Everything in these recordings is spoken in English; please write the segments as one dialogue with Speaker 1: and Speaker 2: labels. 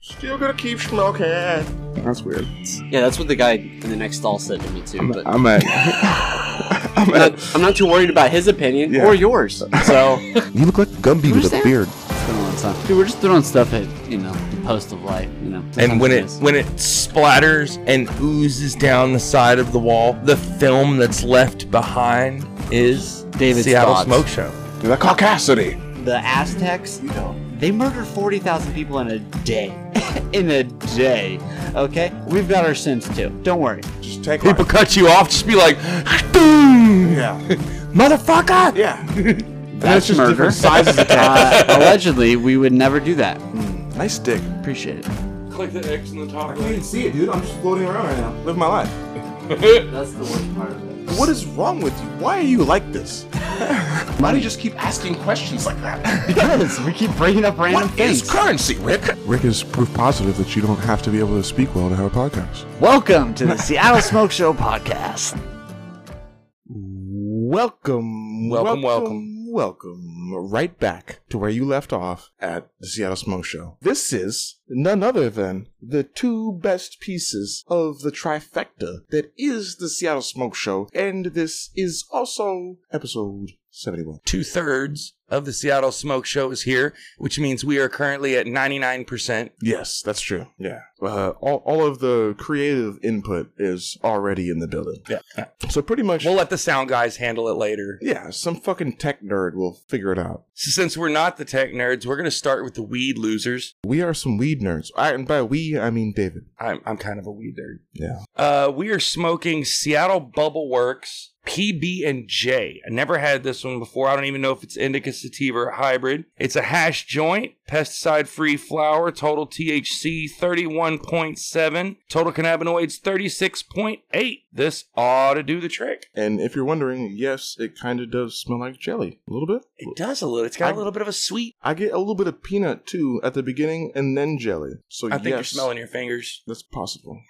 Speaker 1: Still gonna keep smoking.
Speaker 2: That's weird.
Speaker 3: Yeah, that's what the guy in the next stall said to me too.
Speaker 2: I'm,
Speaker 3: but
Speaker 2: I'm at. I'm
Speaker 3: I'm
Speaker 2: at.
Speaker 3: not, I'm not too worried about his opinion
Speaker 2: Yeah.
Speaker 3: or yours. So,
Speaker 4: You look like Gumby
Speaker 3: Who's
Speaker 4: with a
Speaker 3: there?
Speaker 4: beard.
Speaker 3: It's been a long time. Dude, we're just throwing stuff at you know the post of life. You know,
Speaker 5: And when it
Speaker 3: Sometimes
Speaker 5: when it splatters and oozes down the side of the wall, the film that's left behind is
Speaker 3: David's
Speaker 5: Seattle
Speaker 3: thoughts.
Speaker 5: Smoke Show.
Speaker 2: The caucasity.
Speaker 3: is. the Aztecs, they murdered forty thousand people in a day. in a day. Okay, we've got our sins too. Don't worry.
Speaker 1: Just take life.
Speaker 5: People cut you off, just be like, boom,
Speaker 1: Yeah.
Speaker 5: motherfucker.
Speaker 1: Yeah.
Speaker 3: That's
Speaker 1: just
Speaker 3: murder.
Speaker 1: different sizes of
Speaker 3: uh, allegedly, we would never do that.
Speaker 1: Nice dick.
Speaker 3: Appreciate it.
Speaker 6: Click the X in the
Speaker 1: I
Speaker 6: top
Speaker 1: can't even
Speaker 6: right.
Speaker 1: see it, dude. I'm just floating around right now. Live my life.
Speaker 3: That's the worst part of
Speaker 1: What is wrong with you? Why are you like this?
Speaker 2: Why do you just keep asking questions like that?
Speaker 3: Because we keep bringing up random things.
Speaker 2: currency, Rick?
Speaker 1: Rick is proof positive that you don't have to be able to speak well to have a podcast.
Speaker 3: Welcome to the Seattle Smoke Show podcast.
Speaker 1: Welcome,
Speaker 5: Welcome,
Speaker 1: welcome, welcome, right back to where you left off at the Seattle Smoke Show. This is none other than the two best pieces of the trifecta that is the Seattle Smoke Show, and this is also episode 71.
Speaker 5: Two thirds of the Seattle Smoke Show is here, which means we are currently at ninety nine percent.
Speaker 1: Yes, that's true. Yeah. Uh, all, all of the creative input is already in the building.
Speaker 5: Yeah.
Speaker 1: So pretty much.
Speaker 5: We'll let the sound guys handle it later.
Speaker 1: yeah, some fucking tech nerd will figure it out.
Speaker 5: So since we're not the tech nerds, we're gonna start with the weed losers.
Speaker 1: We are some weed nerds. I, and by we, I mean David.
Speaker 5: I'm I'm kind of a weed nerd.
Speaker 1: Yeah.
Speaker 5: Uh, we are smoking Seattle Bubble Works PB and J. I never had this one before. I don't even know if it's indica sativa or hybrid. It's a hash joint, pesticide free flower, total THC 31.7, total cannabinoids 36.8. This ought to do the trick.
Speaker 1: And if you're wondering, yes, it kind of does smell like jelly a little bit.
Speaker 5: It does a little. It's got
Speaker 1: I-
Speaker 5: a little bit of a sweet.
Speaker 1: I get a little bit of peanut too at the beginning, and then jelly. So
Speaker 5: I think
Speaker 1: yes,
Speaker 5: you're smelling your fingers.
Speaker 1: That's possible.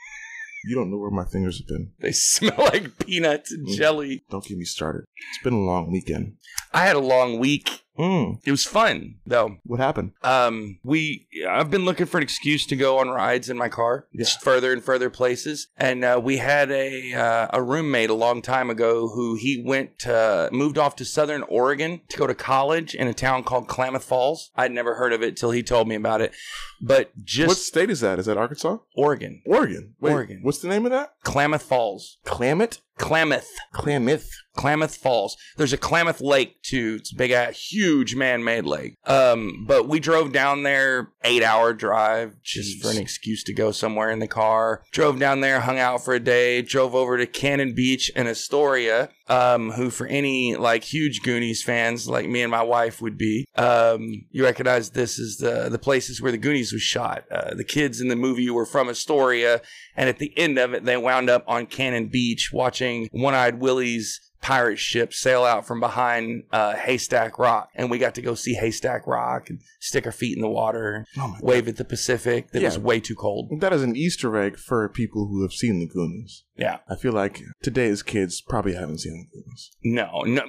Speaker 1: You don't know where my fingers have been.
Speaker 5: They smell like peanuts and
Speaker 1: Mm.
Speaker 5: jelly.
Speaker 1: Don't get me started. It's been a long weekend.
Speaker 5: I had a long week.
Speaker 1: Mm,
Speaker 5: It was fun though.
Speaker 1: what happened?
Speaker 5: um we i've been looking for an excuse to go on rides in my car
Speaker 1: Yeah.
Speaker 5: just further and further places and uh, we had a uh, a roommate a long time ago who he went to, moved off to southern oregon to go to college in a town called klamath falls i'd never heard of it till he told me about it but just
Speaker 1: what state is that? Is that Arkansas?
Speaker 5: oregon
Speaker 1: Oregon. Wait,
Speaker 5: Oregon.
Speaker 1: What's the name of that?
Speaker 5: klamath falls
Speaker 1: Klamath?
Speaker 5: klamath
Speaker 1: Klamath.
Speaker 5: Klamath Falls. There's a Klamath Lake too. It's a big, uh, huge man-made lake. Um, but we drove down there, eight-hour drive, just
Speaker 1: Jeez.
Speaker 5: for an excuse to go somewhere in the car. Drove down there, hung out for a day. Drove over to Cannon Beach and Astoria. Um, who for any like huge Goonies fans like me and my wife would be. Um, you recognize this is the the places where the Goonies was shot. Uh, the kids in the movie were from Astoria. And at the end of it, they wound up on Cannon Beach watching One Eyed Willie's pirate ship sail out from behind uh, Haystack Rock. And we got to go see Haystack Rock and stick our feet in the water,
Speaker 1: Oh my
Speaker 5: wave at the Pacific that was
Speaker 1: Yeah.
Speaker 5: way too cold.
Speaker 1: That is an Easter egg for people who have seen the Goonies.
Speaker 5: Yeah.
Speaker 1: I feel like today's kids probably haven't seen the Goonies.
Speaker 5: No, no.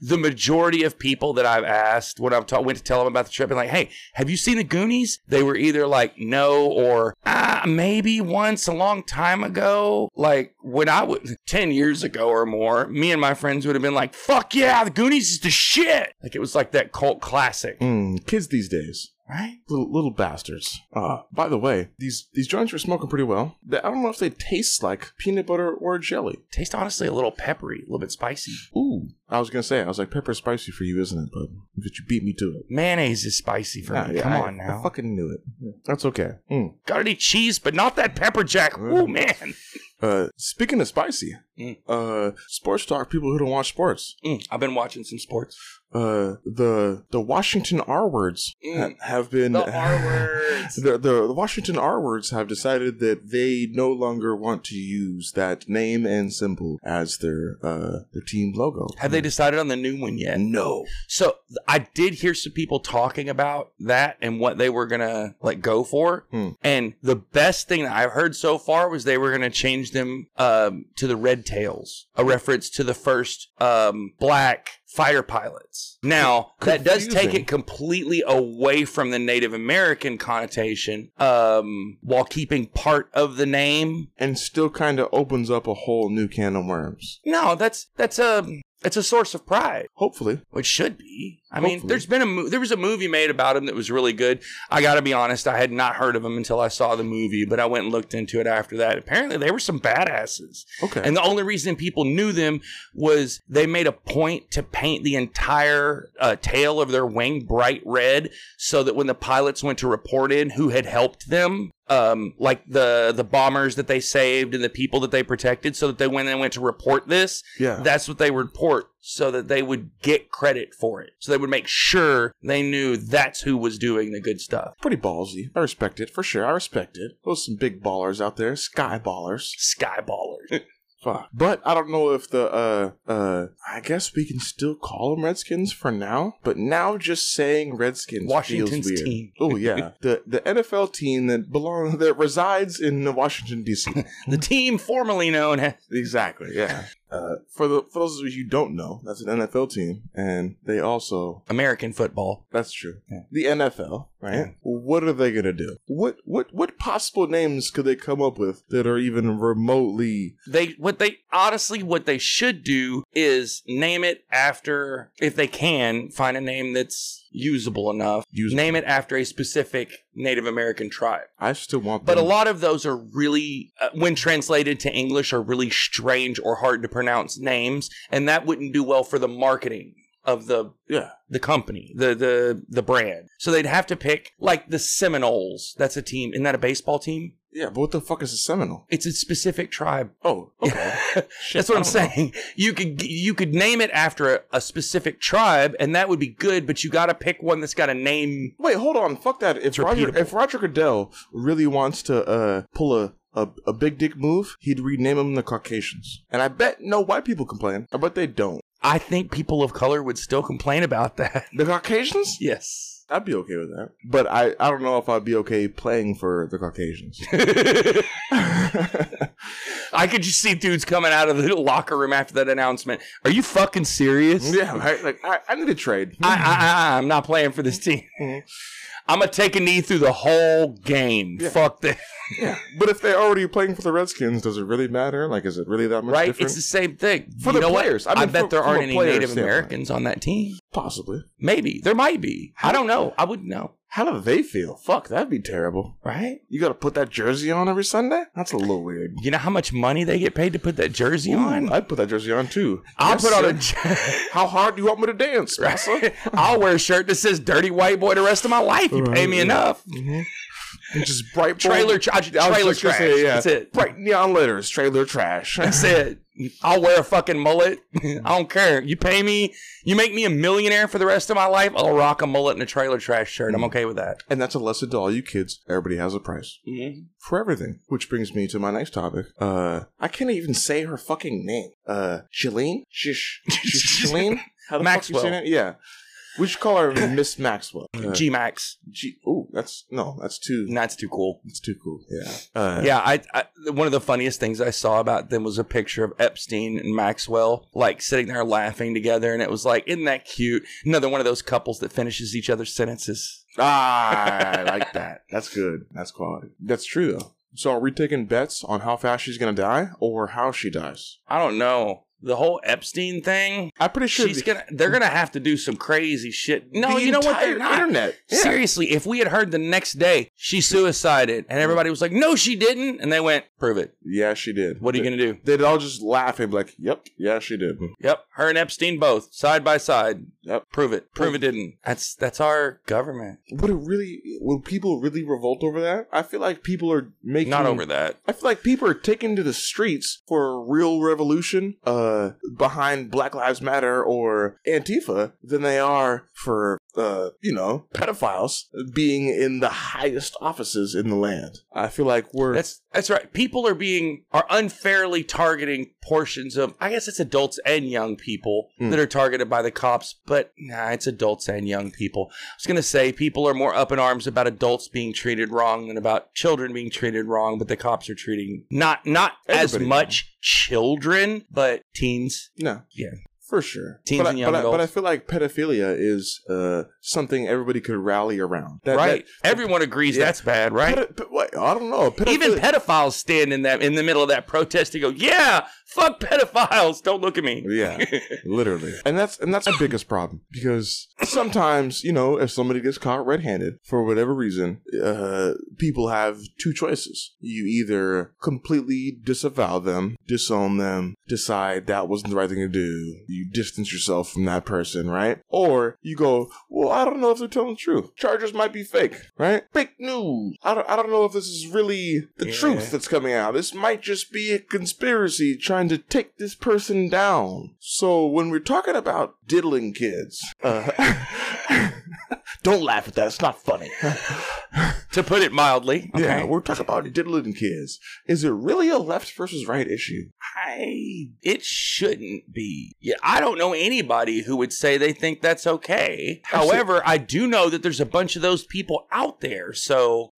Speaker 5: The majority of people that I've asked when I ta- went to tell them about the trip and like, hey, have you seen the Goonies? They were either like, no, or ah, maybe once a long time ago. Like when I was 10 years ago or more, me and my friends would have been like, fuck yeah, the Goonies is the shit. Like it was like that cult classic,
Speaker 1: Mm, kids these days.
Speaker 5: right?
Speaker 1: Little, little bastards. Uh, by the way, these these joints were smoking pretty well. They- I don't know if they taste like peanut butter or jelly.
Speaker 5: Taste honestly a little peppery, a little bit spicy.
Speaker 1: Ooh. I was gonna say, I was like, pepper's spicy for you, isn't it, bud? But you beat me to it.
Speaker 5: Mayonnaise is spicy for
Speaker 1: Ah,
Speaker 5: me.
Speaker 1: yeah,
Speaker 5: Come
Speaker 1: I-
Speaker 5: on now.
Speaker 1: I fucking knew it. That's okay. Mm.
Speaker 5: Gotta eat cheese, but not that pepper jack. Ooh, man.
Speaker 1: Uh, speaking of spicy,
Speaker 5: Mm.
Speaker 1: uh, sports talk. People who don't watch sports.
Speaker 5: Mm, I've been watching some sports.
Speaker 1: Uh, the the Washington R words ha-
Speaker 5: Mm.
Speaker 1: have been
Speaker 5: The R words.
Speaker 1: The, the the Washington R words have decided that they no longer want to use that name and symbol as their uh their team logo.
Speaker 5: Have they decided on the new one yet?
Speaker 1: No.
Speaker 5: So th- I did hear some people talking about that and what they were gonna like go for.
Speaker 1: Hmm.
Speaker 5: And the best thing that I've heard so far was they were gonna change them um, to the red Tales, a reference to the first um, black fighter pilots. Now, that does take
Speaker 1: Confusing.
Speaker 5: it completely away from the Native American connotation um, while keeping part of the name.
Speaker 1: and still kind of opens up a whole new can of worms.
Speaker 5: No, that's that's a it's a source of pride.
Speaker 1: Hopefully,
Speaker 5: Which should be. I mean,
Speaker 1: Hopefully.
Speaker 5: there's been a mo- there was a movie made about him that was really good. I got to be honest, I had not heard of him until I saw the movie, but I went and looked into it after that. Apparently, they were some badasses,
Speaker 1: okay.
Speaker 5: and the only reason people knew them was they made a point to paint the entire uh, tail of their wing bright red, so that when the pilots went to report in who had helped them. Um, like the the bombers that they saved and the people that they protected, so that they when they went to report this,
Speaker 1: yeah,
Speaker 5: that's what they would report so that they would get credit for it. So they would make sure they knew that's who was doing the good stuff.
Speaker 1: pretty ballsy. I respect it for sure. I respect it. Those some big ballers out there, sky ballers.
Speaker 5: Skyballers.
Speaker 1: Fuck. But I don't know if the uh uh I guess we can still call them Redskins for now. But now just saying Redskins
Speaker 5: Washington's
Speaker 1: feels weird.
Speaker 5: team.
Speaker 1: Oh yeah, the the NFL team that belong that resides in Washington D.C.
Speaker 5: The team formerly known as
Speaker 1: exactly. Yeah. Uh, for the for those of you who don't know, that's an NFL team, and they also
Speaker 5: American football.
Speaker 1: that's true.
Speaker 5: Yeah.
Speaker 1: The NFL, right? What are they gonna do? What what what possible names could they come up with that are even remotely?
Speaker 5: They what they honestly what they should do is name it after if they can find a name that's usable enough.
Speaker 1: Usable.
Speaker 5: Name it after a specific Native American tribe.
Speaker 1: I still want,
Speaker 5: But a
Speaker 1: them-
Speaker 5: lot of those are really, uh, when translated to English, are really strange or hard to pronounce names, and that wouldn't do well for the marketing of the
Speaker 1: Yeah.
Speaker 5: the company, the the the brand. So they'd have to pick like the Seminoles. That's a team. Isn't that a baseball team?
Speaker 1: Yeah, but what the fuck is a Seminole?
Speaker 5: It's a specific tribe.
Speaker 1: Oh, okay. Shit,
Speaker 5: That's what
Speaker 1: I
Speaker 5: I'm
Speaker 1: don't know.
Speaker 5: saying. You could you could name it after a, a specific tribe, and that would be good. But you got to pick one that's got a name.
Speaker 1: Wait, hold on. Fuck that. If
Speaker 5: It's
Speaker 1: Roger,
Speaker 5: repeatable.
Speaker 1: if Roger Goodell really wants to uh, pull a, a a big dick move, he'd rename them the Caucasians. And I bet no white people complain. I bet they don't.
Speaker 5: I think people of color would still complain about that.
Speaker 1: The Caucasians?
Speaker 5: yes.
Speaker 1: I'd be okay with that. But I, I don't know if I'd be okay playing for the Caucasians.
Speaker 5: I could just see dudes coming out of the locker room after that announcement. Are you fucking serious?
Speaker 1: yeah, right? Like, I, I need a trade.
Speaker 5: I, I, I, I'm not playing for this team. I'm gonna take a knee through the whole game.
Speaker 1: Mm-hmm. Yeah.
Speaker 5: Fuck this.
Speaker 1: yeah. But if they're already playing for the Redskins, does it really matter? Like, is it really that much
Speaker 5: Right?
Speaker 1: different?
Speaker 5: It's the same thing.
Speaker 1: For
Speaker 5: you
Speaker 1: the
Speaker 5: know what?
Speaker 1: players. I
Speaker 5: I,
Speaker 1: mean,
Speaker 5: bet
Speaker 1: for-
Speaker 5: there
Speaker 1: from a
Speaker 5: aren't any
Speaker 1: player
Speaker 5: Native
Speaker 1: standpoint.
Speaker 5: Americans on that team.
Speaker 1: Possibly.
Speaker 5: Maybe there might be. I don't know. I wouldn't know.
Speaker 1: How do they feel? Fuck, that'd be terrible.
Speaker 5: Right?
Speaker 1: You gotta put that jersey on every Sunday? That's a little weird.
Speaker 5: You know how much money they get paid to put that jersey
Speaker 1: Ooh,
Speaker 5: on?
Speaker 1: I'd put that jersey on too.
Speaker 5: I'll
Speaker 1: Yes,
Speaker 5: put on a.
Speaker 1: sir.
Speaker 5: jer-
Speaker 1: How hard do you want me to dance, Massa?
Speaker 5: I'll wear a shirt that says "Dirty White Boy" the rest of my life. You pay me
Speaker 1: Right.
Speaker 5: enough.
Speaker 1: Just bright
Speaker 5: Trailer,
Speaker 1: bold-
Speaker 5: tra-
Speaker 1: I was
Speaker 5: trailer
Speaker 1: just gonna
Speaker 5: trash.
Speaker 1: say, yeah.
Speaker 5: That's it.
Speaker 1: bright neon letters. Trailer trash.
Speaker 5: That's it. I'll wear a fucking mullet. I don't care. You pay me. You make me a millionaire for the rest of my life. I'll rock a mullet and a trailer trash shirt. I'm okay with that.
Speaker 1: and that's a lesson to all you kids. Everybody has a price
Speaker 5: Mm-hmm.
Speaker 1: for everything. Which brings me to my next topic. Uh, I can't even say her fucking name. Uh, Shalene. Shish. Shalene. How
Speaker 5: Maxwell.
Speaker 1: Fuck you saying it? Yeah. We should call her Miss Maxwell. Uh,
Speaker 5: G Max.
Speaker 1: G- Ooh, that's no, that's too.
Speaker 5: That's too cool.
Speaker 1: That's too cool. Yeah. Uh,
Speaker 5: Yeah, I, I one of the funniest things I saw about them was a picture of Epstein and Maxwell like sitting there laughing together, and it was like, isn't that cute? Another one of those couples that finishes each other's sentences.
Speaker 1: Ah, I like that. That's good. That's quality. That's true though. So are we taking bets on how fast she's gonna die or how she dies?
Speaker 5: I don't know the whole Epstein thing.
Speaker 1: I'm pretty sure
Speaker 5: She's
Speaker 1: the,
Speaker 5: gonna. They're gonna have to do some crazy shit. No,
Speaker 1: the
Speaker 5: you know what?
Speaker 1: entire
Speaker 5: They're not.
Speaker 1: Internet. Yeah.
Speaker 5: Seriously, if we had heard the next day she suicided, and everybody was like, "No, she didn't," and they went, "Prove it."
Speaker 1: Yeah, she did.
Speaker 5: What are you
Speaker 1: They-
Speaker 5: gonna Mm-hmm. do?
Speaker 1: They'd all just laugh and be like, "Yep, yeah, she did."
Speaker 5: Yep, her and Epstein both side by side.
Speaker 1: Yep.
Speaker 5: Prove it. Prove it didn't. That's that's our government.
Speaker 1: Would it really? Would people really revolt over that? I feel like people are making
Speaker 5: Not over that.
Speaker 1: I feel like people are taking to the streets for a real revolution uh, behind Black Lives Matter or Antifa than they are for uh, you know, pedophiles being in the highest offices in the land. I feel like we're
Speaker 5: That's that's right. People are being are unfairly targeting portions of I guess it's adults and young people
Speaker 1: Hmm.
Speaker 5: that are targeted by the cops, but nah, it's adults and young people. I was gonna say people are more up in arms about adults being treated wrong than about children being treated wrong, but the cops are treating not not
Speaker 1: Everybody
Speaker 5: as much children, but teens.
Speaker 1: no,
Speaker 5: Yeah.
Speaker 1: for sure.
Speaker 5: Teens
Speaker 1: but, I,
Speaker 5: and young
Speaker 1: but, I, but
Speaker 5: adults.
Speaker 1: I feel like pedophilia is uh, something everybody could rally around. That-
Speaker 5: right.
Speaker 1: that-
Speaker 5: Everyone agrees
Speaker 1: Yeah.
Speaker 5: that's bad, right?
Speaker 1: Pedo- pe- what? I don't know. Pedophilia,
Speaker 5: Even pedophiles stand in that in the middle of that protest and go, "Yeah, fuck pedophiles! Don't look at me."
Speaker 1: Yeah, literally. And that's and that's my biggest problem because sometimes you know if somebody gets caught red-handed for whatever reason, uh, people have two choices. You either completely disavow them, disown them, decide that wasn't the right thing to do, you distance yourself from that person, right? Or you go, well, I don't know if they're telling the truth. Charges might be fake, right? Fake news. I don't, I don't know if this is really the
Speaker 5: Yeah.
Speaker 1: truth that's coming out. This might just be a conspiracy trying to take this person down. So when we're talking about diddling kids, uh, don't laugh at that. It's not funny.
Speaker 5: To put it mildly,
Speaker 1: Yeah,
Speaker 5: okay.
Speaker 1: we're talking about diddling kids. Is it really a left versus right issue?
Speaker 5: I it shouldn't be. Yeah, I don't know anybody who would say they think that's okay.
Speaker 1: Actually-
Speaker 5: However, I do know that there's a bunch of those people out there. So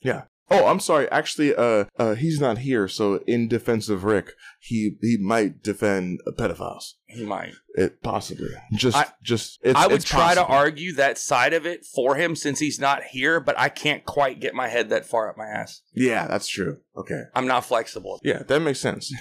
Speaker 1: Oh, I'm sorry. Actually, uh, uh, he's not here. So in defense of Rick, he he might defend pedophiles.
Speaker 5: he might.
Speaker 1: It possibly just
Speaker 5: I-
Speaker 1: just it's,
Speaker 5: I would
Speaker 1: it's
Speaker 5: try to
Speaker 1: possible.
Speaker 5: argue that side of it for him since he's not here, but I can't quite get my head that far up my ass.
Speaker 1: Yeah, that's true. Okay.
Speaker 5: I'm not flexible.
Speaker 1: Yeah, that makes sense.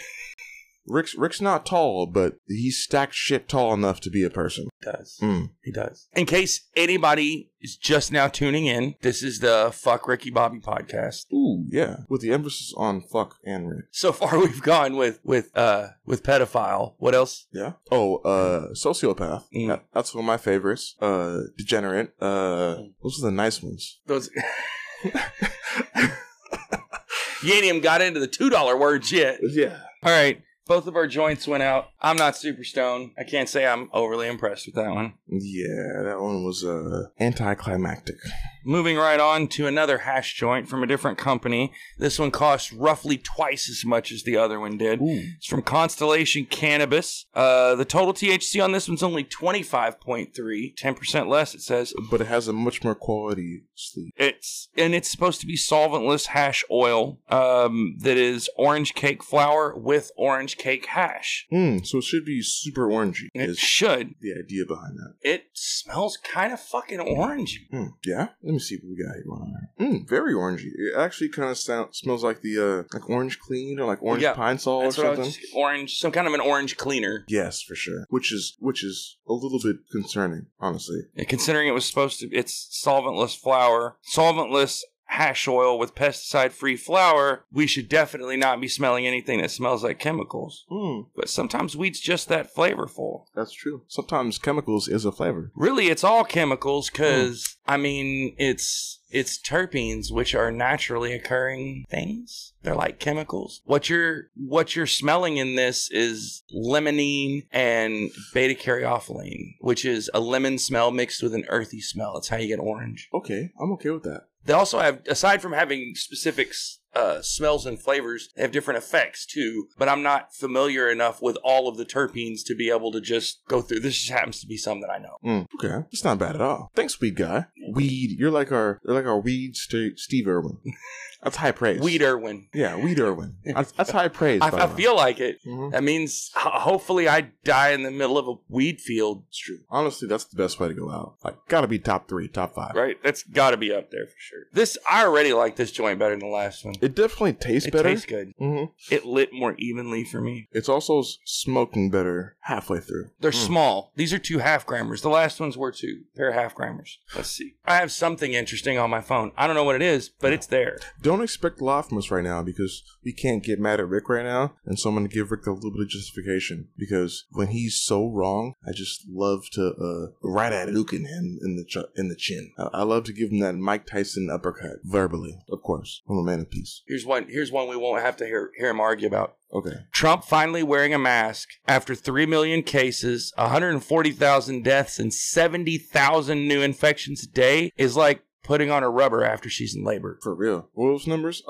Speaker 1: Rick's Rick's not tall, but he's stacked shit tall enough to be a person.
Speaker 5: It does.
Speaker 1: Mm.
Speaker 5: He does. In case anybody is just now tuning in, this is the Fuck Ricky Bobby podcast.
Speaker 1: Ooh, yeah, with the emphasis on fuck and Rick.
Speaker 5: So far, we've gone with with uh with pedophile. What else?
Speaker 1: Yeah. Oh, uh, sociopath.
Speaker 5: Mm.
Speaker 1: That- that's one of my favorites. Uh, degenerate. Uh,
Speaker 5: Hmm.
Speaker 1: those are the nice ones.
Speaker 5: Those. you ain't even got into the two dollar words yet.
Speaker 1: Yeah.
Speaker 5: All right, both of our joints went out. I'm not super stoned. I can't say I'm overly impressed with that one.
Speaker 1: Yeah, that one was uh anticlimactic.
Speaker 5: Moving right on to another hash joint from a different company. This one costs roughly twice as much as the other one did.
Speaker 1: Ooh.
Speaker 5: It's from Constellation Cannabis. Uh, the total THC on this one's only 25.3, 10% less, it says.
Speaker 1: But it has a much more quality sleep.
Speaker 5: It's and it's supposed to be solventless hash oil um, that is orange cake flour with orange cake hash.
Speaker 1: Mm, so it should be super orangey.
Speaker 5: And it
Speaker 1: Is
Speaker 5: should.
Speaker 1: the idea behind that?
Speaker 5: It smells kind of fucking orange.
Speaker 1: Hmm, yeah. Let me see what we got here. Hold on. Mm, very orangey. It actually kind of sound, smells like the uh, like orange clean or like orange
Speaker 5: Yeah,
Speaker 1: pine sol or
Speaker 5: That's what I
Speaker 1: something.
Speaker 5: was, orange, some kind of an orange cleaner.
Speaker 1: Yes, for sure. Which is which is a little bit concerning, honestly.
Speaker 5: And considering it was supposed to, it's solventless flour, solventless hash oil with pesticide-free flour. We should definitely not be smelling anything that smells like chemicals.
Speaker 1: Hmm,
Speaker 5: But sometimes weed's just that flavorful.
Speaker 1: that's true. Sometimes chemicals is a flavor.
Speaker 5: Really, it's all chemicals because I mean, it's it's terpenes which are naturally occurring things. They're like chemicals. What you're what you're smelling in this is limonene and beta caryophylline, which is a lemon smell mixed with an earthy smell. That's how you get orange.
Speaker 1: Okay, I'm okay with that.
Speaker 5: They also have, aside from having specific uh, smells and flavors, they have different effects too. But I'm not familiar enough with all of the terpenes to be able to just go through. This just happens to be some that I know.
Speaker 1: Mm, okay, it's not bad at all. Thanks, weed guy. Weed, you're like our you're like our weed st- Steve Irwin. That's high praise.
Speaker 5: Weed Irwin.
Speaker 1: yeah, weed Irwin. That's, that's high praise.
Speaker 5: I,
Speaker 1: by the
Speaker 5: I
Speaker 1: way.
Speaker 5: feel like it.
Speaker 1: Mhm.
Speaker 5: That means ho- hopefully I die in the middle of a weed field.
Speaker 1: it's true. Honestly, that's the best way to go out. Like, gotta be top three, top five.
Speaker 5: Right? That's got to be up there for sure. This I already like this joint better than the last one.
Speaker 1: It definitely tastes
Speaker 5: it
Speaker 1: better.
Speaker 5: tastes good.
Speaker 1: hmm
Speaker 5: It lit more evenly for me.
Speaker 1: It's also s- smoking better halfway through.
Speaker 5: They're
Speaker 1: Mm.
Speaker 5: small. These are two half grammars. The last ones were two. They're half grammars. Let's see. I have something interesting on my phone. I don't know what it is, but it's there.
Speaker 1: Don't expect a lot from us right now because we can't get mad at Rick right now. And so I'm going to give Rick a little bit of justification because when he's so wrong, I just love to uh, right at Luke in him in the, ch- in the chin. I-, I love to give him that Mike Tyson uppercut verbally, of course. I'm a man of peace. please.
Speaker 5: Here's one. Here's one we won't have to hear, hear him argue about.
Speaker 1: Okay.
Speaker 5: Trump finally wearing a mask after 3 million cases, 140,000 deaths, and 70,000 new infections a day is like putting on a rubber after she's in labor.
Speaker 1: For real. What were those numbers?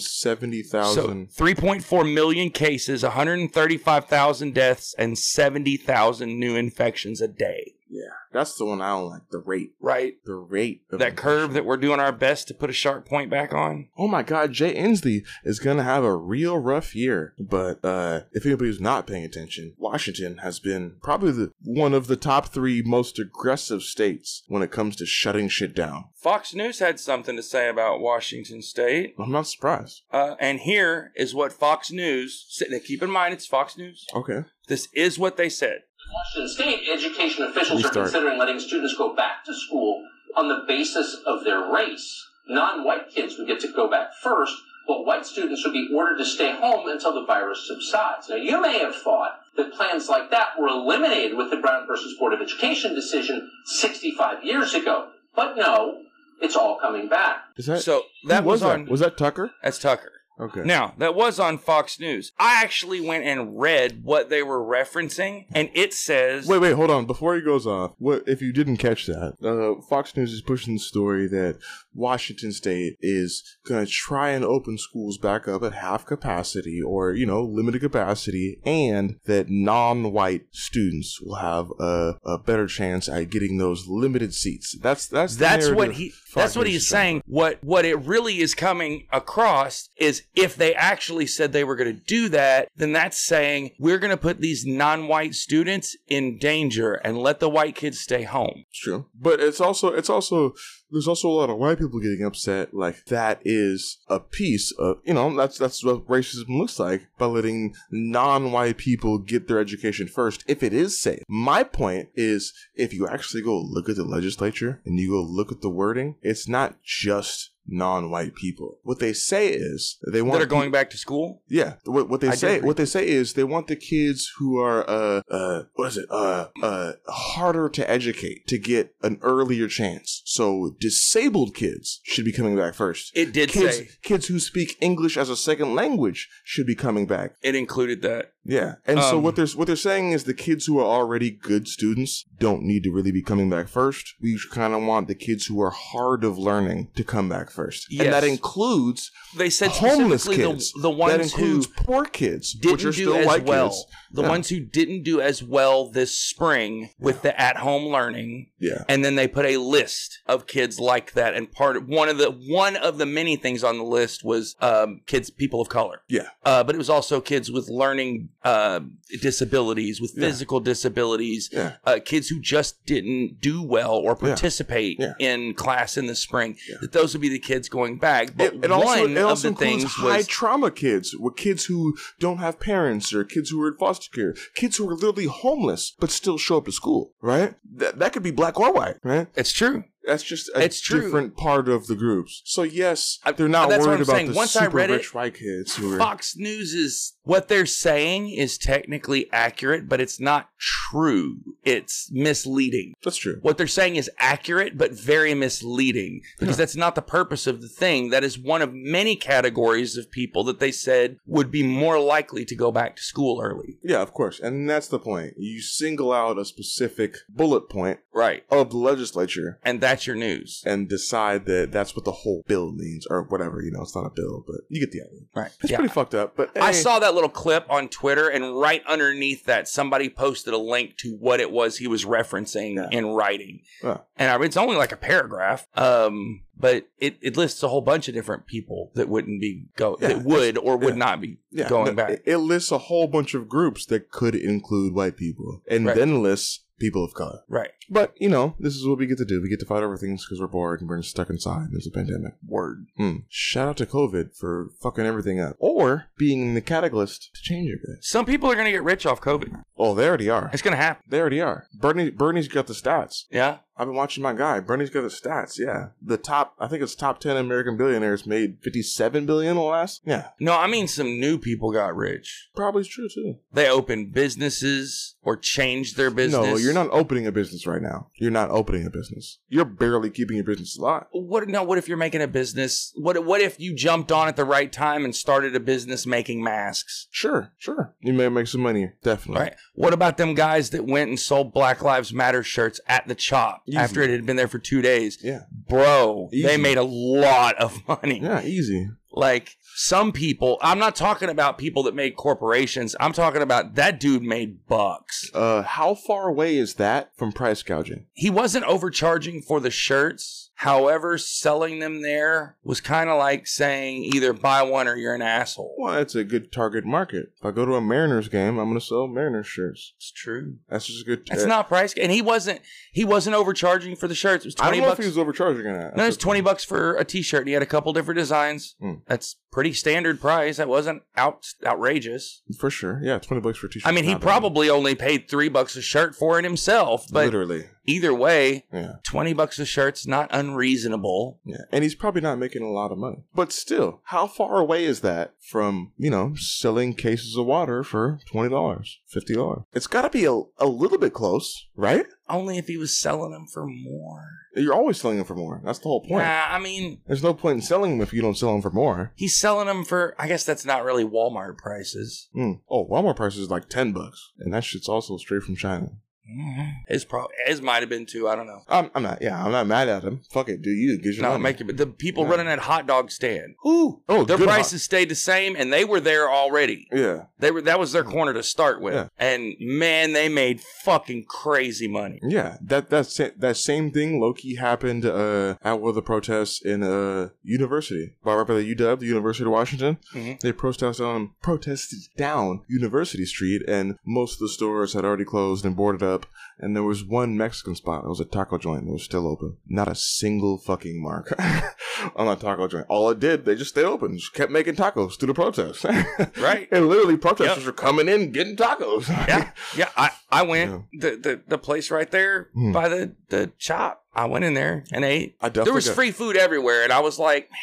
Speaker 5: So
Speaker 1: 170,000.
Speaker 5: 3.4 million cases, 135,000 deaths, and 70,000 new infections a day,
Speaker 1: yeah. That's the one I don't like. The rate.
Speaker 5: right?
Speaker 1: The rate. Of
Speaker 5: That curve that we're doing our best to put a sharp point back on.
Speaker 1: Oh my God, Jay Inslee is going to have a real rough year. But uh, if anybody's not paying attention, Washington has been probably the, one of the top three most aggressive states when it comes to shutting shit down.
Speaker 5: Fox News had something to say about Washington State.
Speaker 1: I'm not surprised.
Speaker 5: Uh, and here is what Fox News, now keep in mind it's Fox News.
Speaker 1: Okay.
Speaker 5: This is what they said.
Speaker 4: Washington State education officials
Speaker 1: Restart.
Speaker 4: are considering letting students go back to school on the basis of their race. Non white kids would get to go back first, but white students would be ordered to stay home until the virus subsides. Now, you may have thought that plans like that were eliminated with the Brown versus Board of Education decision 65 years ago. But no, it's all coming back.
Speaker 1: Is that
Speaker 5: So
Speaker 1: who
Speaker 5: that was, on.
Speaker 1: that? Was that Tucker?
Speaker 5: that's Tucker.
Speaker 1: Okay.
Speaker 5: Now that was on Fox News. I actually went and read what they were referencing, and it says
Speaker 1: Wait, wait, hold on. Before he goes off, what if you didn't catch that? Uh, Fox News is pushing the story that Washington State is going to try and open schools back up at half capacity or you know limited capacity, and that non-white students will have a, a better chance at getting those limited seats. That's that's the
Speaker 5: that's what
Speaker 1: narrative
Speaker 5: he
Speaker 1: Fox
Speaker 5: that's what
Speaker 1: News
Speaker 5: he's
Speaker 1: is trying to
Speaker 5: saying. What what it really is coming across is if they actually said they were going to do that, then that's saying we're going to put these non-white students in danger and let the white kids stay home.
Speaker 1: It's true, but it's also it's also there's also a lot of white people getting upset. Like that is a piece of you know that's that's what racism looks like by letting non-white people get their education first if it is safe. My point is if you actually go look at the legislature and you go look at the wording, it's not just non-white people. What they say is they want
Speaker 5: That are going back to school.
Speaker 1: yeah, what, what they
Speaker 5: I do
Speaker 1: say
Speaker 5: agree.
Speaker 1: what they say is they want the kids who are uh uh what is it uh uh harder to educate to get an earlier chance. So disabled kids should be coming back first.
Speaker 5: It did
Speaker 1: kids
Speaker 5: say
Speaker 1: kids who speak English as a second language should be coming back.
Speaker 5: it included that.
Speaker 1: Yeah, and so
Speaker 5: Um,
Speaker 1: what they're what they're saying is the kids who are already good students don't need to really be coming back first. We kind of want the kids who are hard of learning to come back first, and that
Speaker 5: Yes.
Speaker 1: includes
Speaker 5: They said
Speaker 1: homeless
Speaker 5: specifically
Speaker 1: kids.
Speaker 5: the the ones
Speaker 1: that includes
Speaker 5: who
Speaker 1: poor kids,
Speaker 5: didn't
Speaker 1: which are
Speaker 5: do
Speaker 1: still
Speaker 5: as
Speaker 1: white
Speaker 5: well.
Speaker 1: kids.
Speaker 5: The
Speaker 1: Yeah.
Speaker 5: ones who didn't do as well this spring with the at-home learning,
Speaker 1: Yeah,
Speaker 5: and then they put a list of kids like that. And part of, one of the one of the many things on the list was um, kids, people of color.
Speaker 1: Yeah.
Speaker 5: uh, but it was also kids with learning uh, disabilities, with
Speaker 1: Yeah.
Speaker 5: physical disabilities,
Speaker 1: yeah,
Speaker 5: uh, kids who just didn't do well or participate
Speaker 1: Yeah.
Speaker 5: in class in the spring.
Speaker 1: Yeah.
Speaker 5: That those would be the kids going back. But
Speaker 1: It, it
Speaker 5: one
Speaker 1: also, it
Speaker 5: of
Speaker 1: also
Speaker 5: the
Speaker 1: includes
Speaker 5: things
Speaker 1: high
Speaker 5: was
Speaker 1: trauma kids, with kids who don't have parents or kids who are in foster care, kids who are literally homeless but still show up to school. Right? That that could be black or white. Right?
Speaker 5: it's true.
Speaker 1: That's just a
Speaker 5: It's true.
Speaker 1: different part of the groups. So yes,
Speaker 5: I-
Speaker 1: they're not
Speaker 5: that's what
Speaker 1: worried
Speaker 5: I'm
Speaker 1: about
Speaker 5: saying.
Speaker 1: the
Speaker 5: Once I
Speaker 1: super
Speaker 5: read it,
Speaker 1: rich white kids who are.
Speaker 5: Fox News is what they're saying is technically accurate, but it's not true. It's misleading.
Speaker 1: That's true.
Speaker 5: What they're saying is accurate, but very misleading because that's not the purpose of the thing. That is one of many categories of people that they said would be more likely to go back to school early.
Speaker 1: Yeah, of course, and that's the point. You single out a specific bullet point
Speaker 5: Right.
Speaker 1: of the legislature
Speaker 5: And that's your news.
Speaker 1: and decide that that's what the whole bill means or whatever. You know, it's not a bill, but you get the idea.
Speaker 5: Right.
Speaker 1: It's
Speaker 5: Yeah.
Speaker 1: pretty fucked up. But
Speaker 5: I
Speaker 1: hey,
Speaker 5: saw that little clip on Twitter, and right underneath that, somebody posted a link to what it was he was referencing
Speaker 1: Yeah.
Speaker 5: in writing.
Speaker 1: Yeah.
Speaker 5: And I, it's only like a paragraph, um, but it, it lists a whole bunch of different people that wouldn't be go
Speaker 1: Yeah,
Speaker 5: that would or would
Speaker 1: yeah.
Speaker 5: not be
Speaker 1: yeah,
Speaker 5: going
Speaker 1: no,
Speaker 5: back.
Speaker 1: It, it lists a whole bunch of groups that could include white people, and
Speaker 5: Right.
Speaker 1: then lists people of color.
Speaker 5: right.
Speaker 1: But you know, this is what we get to do. We get to fight over things because we're bored and we're stuck inside. and There's a pandemic.
Speaker 5: Word.
Speaker 1: Hmm. Shout out to COVID for fucking everything up, or being the catalyst to change everything.
Speaker 5: Some people are going to get rich off COVID.
Speaker 1: Oh, they already are.
Speaker 5: It's going to happen.
Speaker 1: They already are. Bernie, Bernie's got the stats.
Speaker 5: Yeah.
Speaker 1: I've been watching my guy. Bernie's got the stats. Yeah, the top. I think it's top ten American billionaires made fifty-seven billion in the last. Yeah,
Speaker 5: No, I mean, some new people got rich.
Speaker 1: probably is true too.
Speaker 5: They opened businesses or changed their business.
Speaker 1: No, you're not opening a business right now. You're not opening a business. You're barely keeping your business alive.
Speaker 5: What now? What if you're making a business? What what if you jumped on at the right time and started a business making masks?
Speaker 1: Sure, sure. You may make some money, definitely.
Speaker 5: Right. What about them guys that went and sold Black Lives Matter shirts at the chop
Speaker 1: Easy.
Speaker 5: after it had been there for two days?
Speaker 1: Yeah.
Speaker 5: Bro,
Speaker 1: Easy.
Speaker 5: they made a lot of money.
Speaker 1: Yeah, easy.
Speaker 5: Like some people, I'm not talking about people that made corporations. I'm talking about that dude made bucks.
Speaker 1: Uh, how far away is that from price gouging?
Speaker 5: He wasn't overcharging for the shirts. However, selling them there was kind of like saying either buy one or you're an asshole.
Speaker 1: Well, that's a good target market. If I go to a Mariners game, I'm going to sell Mariners shirts.
Speaker 5: It's true.
Speaker 1: That's just a good.
Speaker 5: It's
Speaker 1: uh,
Speaker 5: not price, and he wasn't. He wasn't overcharging for the shirts. It was
Speaker 1: I
Speaker 5: twenty
Speaker 1: don't know
Speaker 5: bucks.
Speaker 1: if he was overcharging or not.
Speaker 5: No, it's twenty bucks for a T-shirt. and He had a couple different designs.
Speaker 1: Hmm.
Speaker 5: That's pretty standard price. That wasn't out outrageous.
Speaker 1: for sure. Yeah, twenty bucks for a t-shirt.
Speaker 5: I mean, he
Speaker 1: Not bad.
Speaker 5: probably only paid three bucks a shirt for it himself. But
Speaker 1: literally,
Speaker 5: either way,
Speaker 1: yeah.
Speaker 5: twenty bucks a shirt's not unreasonable.
Speaker 1: Yeah. And he's probably not making a lot of money. But still, how far away is that from, you know, selling cases of water for $20, $50? It's got to be a, a little bit close, right?
Speaker 5: Only if he was selling them for more.
Speaker 1: You're always selling them for more. That's the whole point.
Speaker 5: Nah, I mean,
Speaker 1: There's no point in selling them if you don't sell them for more.
Speaker 5: he's selling them for. I guess that's not really Walmart prices.
Speaker 1: Mm. Oh, Walmart prices is like 10 bucks. And that shit's also straight from China. Mm-hmm.
Speaker 5: His pro. His might have been too. I don't know.
Speaker 1: I'm, I'm not, yeah, I'm not mad at him. Fuck it, do you. Get your
Speaker 5: No,
Speaker 1: money.
Speaker 5: make it. But the people
Speaker 1: Yeah.
Speaker 5: running that hot dog stand.
Speaker 1: Ooh. Oh,
Speaker 5: Their
Speaker 1: good
Speaker 5: prices stayed the same, and they were there already.
Speaker 1: hot- Yeah.
Speaker 5: They were that was their corner to start with,
Speaker 1: Yeah.
Speaker 5: and man, they made fucking crazy money.
Speaker 1: Yeah, that that sa- that same thing low key happened uh, at one of the protests in uh university. By right by the UW, the University of Washington,
Speaker 5: Mhm.
Speaker 1: they protested on protested down University Street, and most of the stores had already closed and boarded up. And there was one Mexican spot. It was a taco joint. that was still open. Not a single fucking mark on that taco joint. All it did, they just stayed open. Just kept making tacos through the protest.
Speaker 5: Right.
Speaker 1: And literally, protesters were coming in getting tacos.
Speaker 5: Yeah, yeah. I I went the, the the place right there
Speaker 1: Hmm.
Speaker 5: by the the shop. I went in there and ate.
Speaker 1: I definitely
Speaker 5: There was
Speaker 1: got-
Speaker 5: free food everywhere, and I was like, man,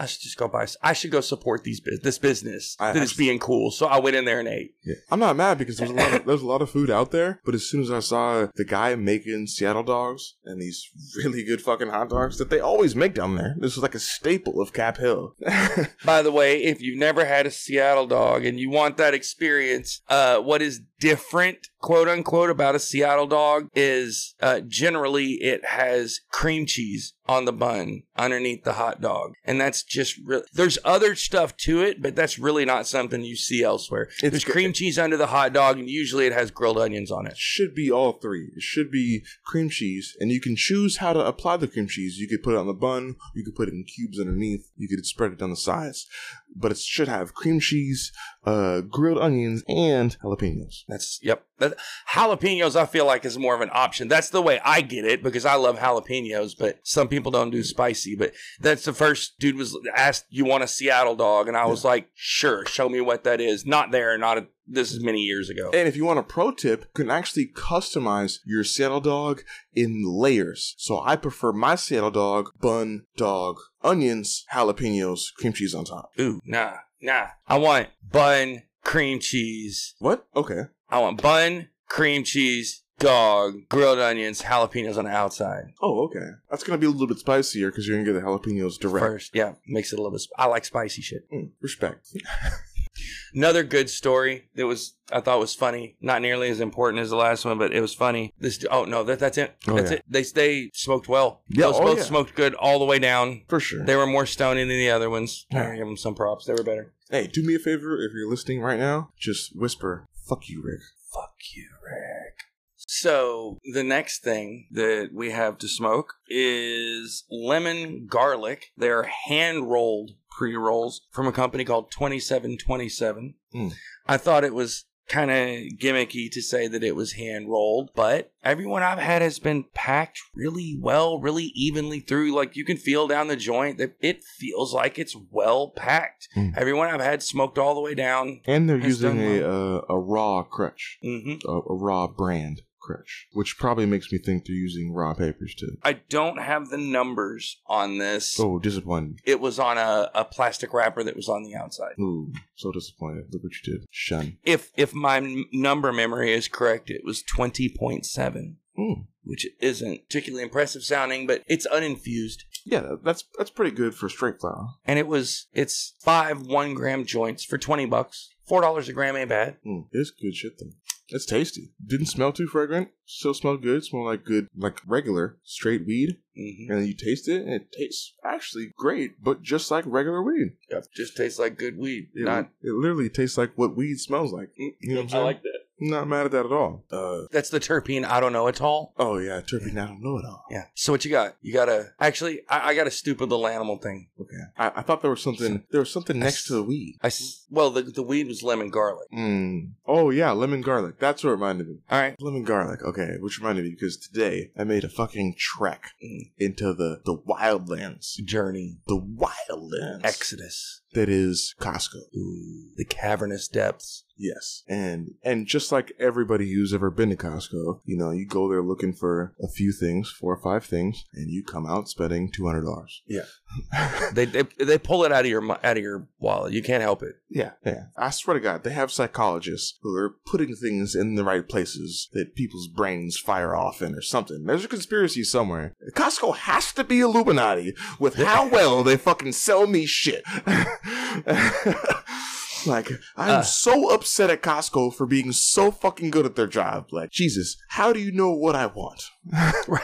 Speaker 5: I should just go buy. s- I should go support these bus this business
Speaker 1: I-
Speaker 5: that is being cool. So I went in there and ate.
Speaker 1: Yeah. I'm not mad because there's a lot of, there's a lot of food out there, but as soon as I saw the guy making Seattle dogs and these really good fucking hot dogs that they always make down there, this was like a staple of Cap Hill.
Speaker 5: By the way, if you've never had a Seattle dog and you want that experience, uh, what is different, quote unquote, about a Seattle dog is uh, generally it has cream cheese on the bun underneath the hot dog. And that's just real. There's other stuff to it, but that's really not something you see elsewhere.
Speaker 1: It's
Speaker 5: There's
Speaker 1: good.
Speaker 5: cream cheese under the hot dog, and usually it has grilled onions on it.
Speaker 1: It should be all three. It should be cream cheese, and you can choose how to apply the cream cheese. You could put it on the bun, you could put it in cubes underneath, you could spread it down the sides, but it should have cream cheese, uh, grilled onions, and jalapenos.
Speaker 5: That's yep. That, jalapenos, I feel like, is more of an option. That's the way I get it because I love jalapenos, but some people don't do spicy. But that's the first dude was asked, "You want a Seattle dog?" And I was like, "Sure, show me what that is." Not there, not a, this is many years ago.
Speaker 1: And if you want a pro tip, you can actually customize your Seattle dog in layers. So I prefer my Seattle dog bun, dog, onions, jalapenos, cream cheese on top.
Speaker 5: Ooh, nah, nah. I want bun, cream cheese.
Speaker 1: What? Okay.
Speaker 5: I want bun, cream cheese, dog, grilled onions, jalapenos on the outside
Speaker 1: Oh, okay. That's gonna be a little bit spicier because you're gonna get the jalapenos direct.
Speaker 5: first. Yeah, makes it a little bit. Sp- I like spicy shit.
Speaker 1: Mm, respect.
Speaker 5: Another good story that was I thought was funny. Not nearly as important as the last one, but it was funny. This oh no, that that's it.
Speaker 1: Oh,
Speaker 5: that's
Speaker 1: yeah.
Speaker 5: it. They they smoked well.
Speaker 1: Yeah,
Speaker 5: Those
Speaker 1: oh,
Speaker 5: both
Speaker 1: yeah.
Speaker 5: smoked good all the way down.
Speaker 1: For sure.
Speaker 5: They were more stony than the other ones. I
Speaker 1: Yeah.
Speaker 5: give them some props. They were better.
Speaker 1: hey, do me a favor if you're listening right now, just whisper, fuck you, Rick.
Speaker 5: Fuck you, Rick. So the next thing that we have to smoke is lemon garlic. They are hand rolled pre rolls from a company called Twenty Seven Twenty Seven.
Speaker 1: Mm.
Speaker 5: I thought it was kind of gimmicky to say that it was hand rolled, but everyone I've had has been packed really well, really evenly through. Like you can feel down the joint that it feels like it's well packed.
Speaker 1: Mm.
Speaker 5: Everyone I've had smoked all the way down.
Speaker 1: And they're
Speaker 5: That's
Speaker 1: using a
Speaker 5: done
Speaker 1: uh, a raw crutch,
Speaker 5: hmm
Speaker 1: a, a raw brand crutch, which probably makes me think they're using raw papers too.
Speaker 5: I don't have the numbers on this.
Speaker 1: Oh, disappointing.
Speaker 5: It was on a, a plastic wrapper that was on the outside.
Speaker 1: Ooh, so disappointed. Look what you did. Shun.
Speaker 5: If if my m- number memory is correct, it was twenty point seven,
Speaker 1: Ooh.
Speaker 5: which isn't particularly impressive sounding, but it's uninfused,
Speaker 1: Yeah, that- that's that's pretty good for straight flour.
Speaker 5: and it was it's five one gram joints for twenty bucks. Four dollars a gram ain't bad.
Speaker 1: Mm, it's good shit though. It's tasty. Didn't smell too fragrant. Still smelled good. Smelled like good, like regular straight weed.
Speaker 5: Mm-hmm.
Speaker 1: And you taste it, and it tastes actually great, but just like regular weed.
Speaker 5: Yep, just tastes like good weed.
Speaker 1: It,
Speaker 5: Not.
Speaker 1: it literally tastes like what weed smells Mm, like. You know what I'm saying?
Speaker 5: that.
Speaker 1: Not mad at that at all. Uh,
Speaker 5: That's the terpene. I don't know at all.
Speaker 1: oh yeah, terpene. I don't know it all.
Speaker 5: Yeah. So what you got? You got a actually. I, I got a stupid little animal thing.
Speaker 1: Okay. I, I thought there was something. There was something next to the weed.
Speaker 5: I s- well, the the weed was lemon garlic.
Speaker 1: Mm. Oh yeah, lemon garlic. That's what reminded me.
Speaker 5: All right.
Speaker 1: Lemon garlic. Okay, which reminded me because today I made a fucking trek
Speaker 5: Mm.
Speaker 1: into the the wildlands.
Speaker 5: Journey.
Speaker 1: The wildlands.
Speaker 5: Exodus.
Speaker 1: That is Costco.
Speaker 5: Ooh, Mm. the cavernous depths.
Speaker 1: Yes. And and just like everybody who's ever been to Costco, you know, you go there looking for a few things, four or five things, and you come out spending two hundred dollars. Yeah.
Speaker 5: They, they they pull it out of your mu- out of your wallet. You can't help it.
Speaker 1: Yeah, yeah. I swear to God, they have psychologists who are putting things in the right places that people's brains fire off in or something. There's a conspiracy somewhere. Costco has to be Illuminati with how well they fucking sell me shit. like, I'm
Speaker 5: Uh.
Speaker 1: so upset at Costco for being so fucking good at their job. Like, Jesus, how do you know what I want?
Speaker 5: Right?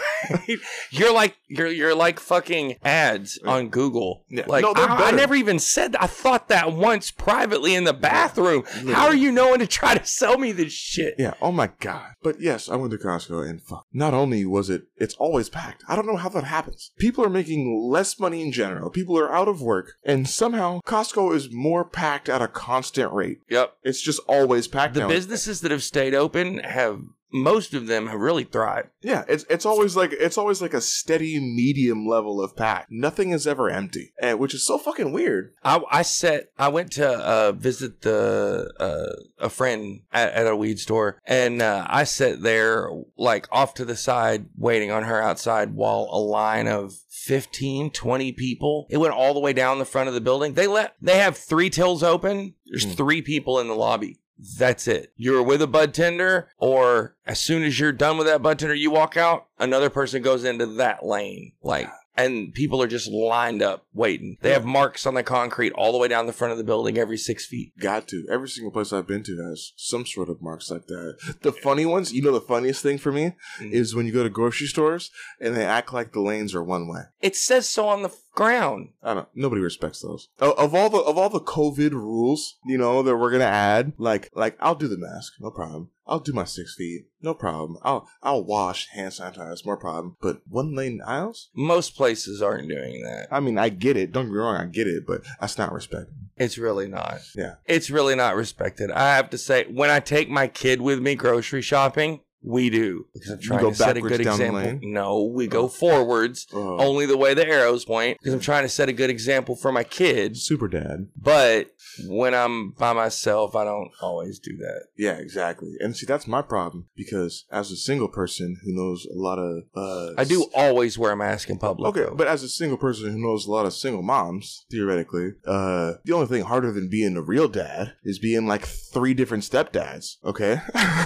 Speaker 5: You're like you're you're like fucking ads on Google.
Speaker 1: Yeah.
Speaker 5: Like
Speaker 1: No, they're
Speaker 5: I, I
Speaker 1: better.
Speaker 5: never even said I thought that once privately in the bathroom. How are you knowing to try to sell me this shit?
Speaker 1: Yeah, oh my god. But yes, I went to Costco and fuck. Not only was it, it's always packed. I don't know how that happens. People are making less money in general. People are out of work. And somehow Costco is more packed at a constant rate.
Speaker 5: Yep.
Speaker 1: It's just always packed
Speaker 5: The
Speaker 1: now.
Speaker 5: businesses that have stayed open have most of them have really thrived.
Speaker 1: Yeah, it's it's always like it's always like a steady medium level of pack. Nothing is ever empty, and, which is so fucking weird.
Speaker 5: I, I set I went to uh, visit the uh, a friend at, at a weed store and uh, I sat there like off to the side waiting on her outside while a line of 15 20 people it went all the way down the front of the building they let they have three tills open there's
Speaker 1: Mm.
Speaker 5: three people in the lobby that's it you're with a bud tender or as soon as you're done with that bud tender you walk out another person goes into that lane like and people are just lined up waiting. They have marks on the concrete all the way down the front of the building every six feet.
Speaker 1: Got to. Every single place I've been to has some sort of marks like that. The funny ones, you know, the funniest thing for me
Speaker 5: Mhm.
Speaker 1: is when you go to grocery stores and they act like the lanes are one way.
Speaker 5: It says so on the f- ground.
Speaker 1: I don't. Nobody respects those. Of, of all the of all the COVID rules, you know that we're gonna add, like like I'll do the mask, no problem. I'll do my six feet, no problem. I'll I'll wash hand sanitize, no problem. But one lane aisles,
Speaker 5: Most places aren't doing that.
Speaker 1: I mean, I get it. Don't get me wrong, I get it, but that's not respect.
Speaker 5: It's really not.
Speaker 1: Yeah.
Speaker 5: It's really not respected. I have to say, when I take my kid with me grocery shopping, we do. Because I'm
Speaker 1: You
Speaker 5: trying
Speaker 1: go
Speaker 5: to set a
Speaker 1: backwards
Speaker 5: good
Speaker 1: down the
Speaker 5: example.
Speaker 1: lane?
Speaker 5: No, we
Speaker 1: Oh.
Speaker 5: go forwards.
Speaker 1: Oh,
Speaker 5: Only the way the arrows point, because I'm trying to set a good example for my kids.
Speaker 1: super dad.
Speaker 5: But when I'm by myself, I don't always do that.
Speaker 1: Yeah, exactly. And see, that's my problem because as a single person who knows a lot of, uh,
Speaker 5: I do always wear a mask in public.
Speaker 1: Okay,
Speaker 5: though.
Speaker 1: but as a single person who knows a lot of single moms, theoretically, uh, the only thing harder than being a real dad is being like three different stepdads. Okay,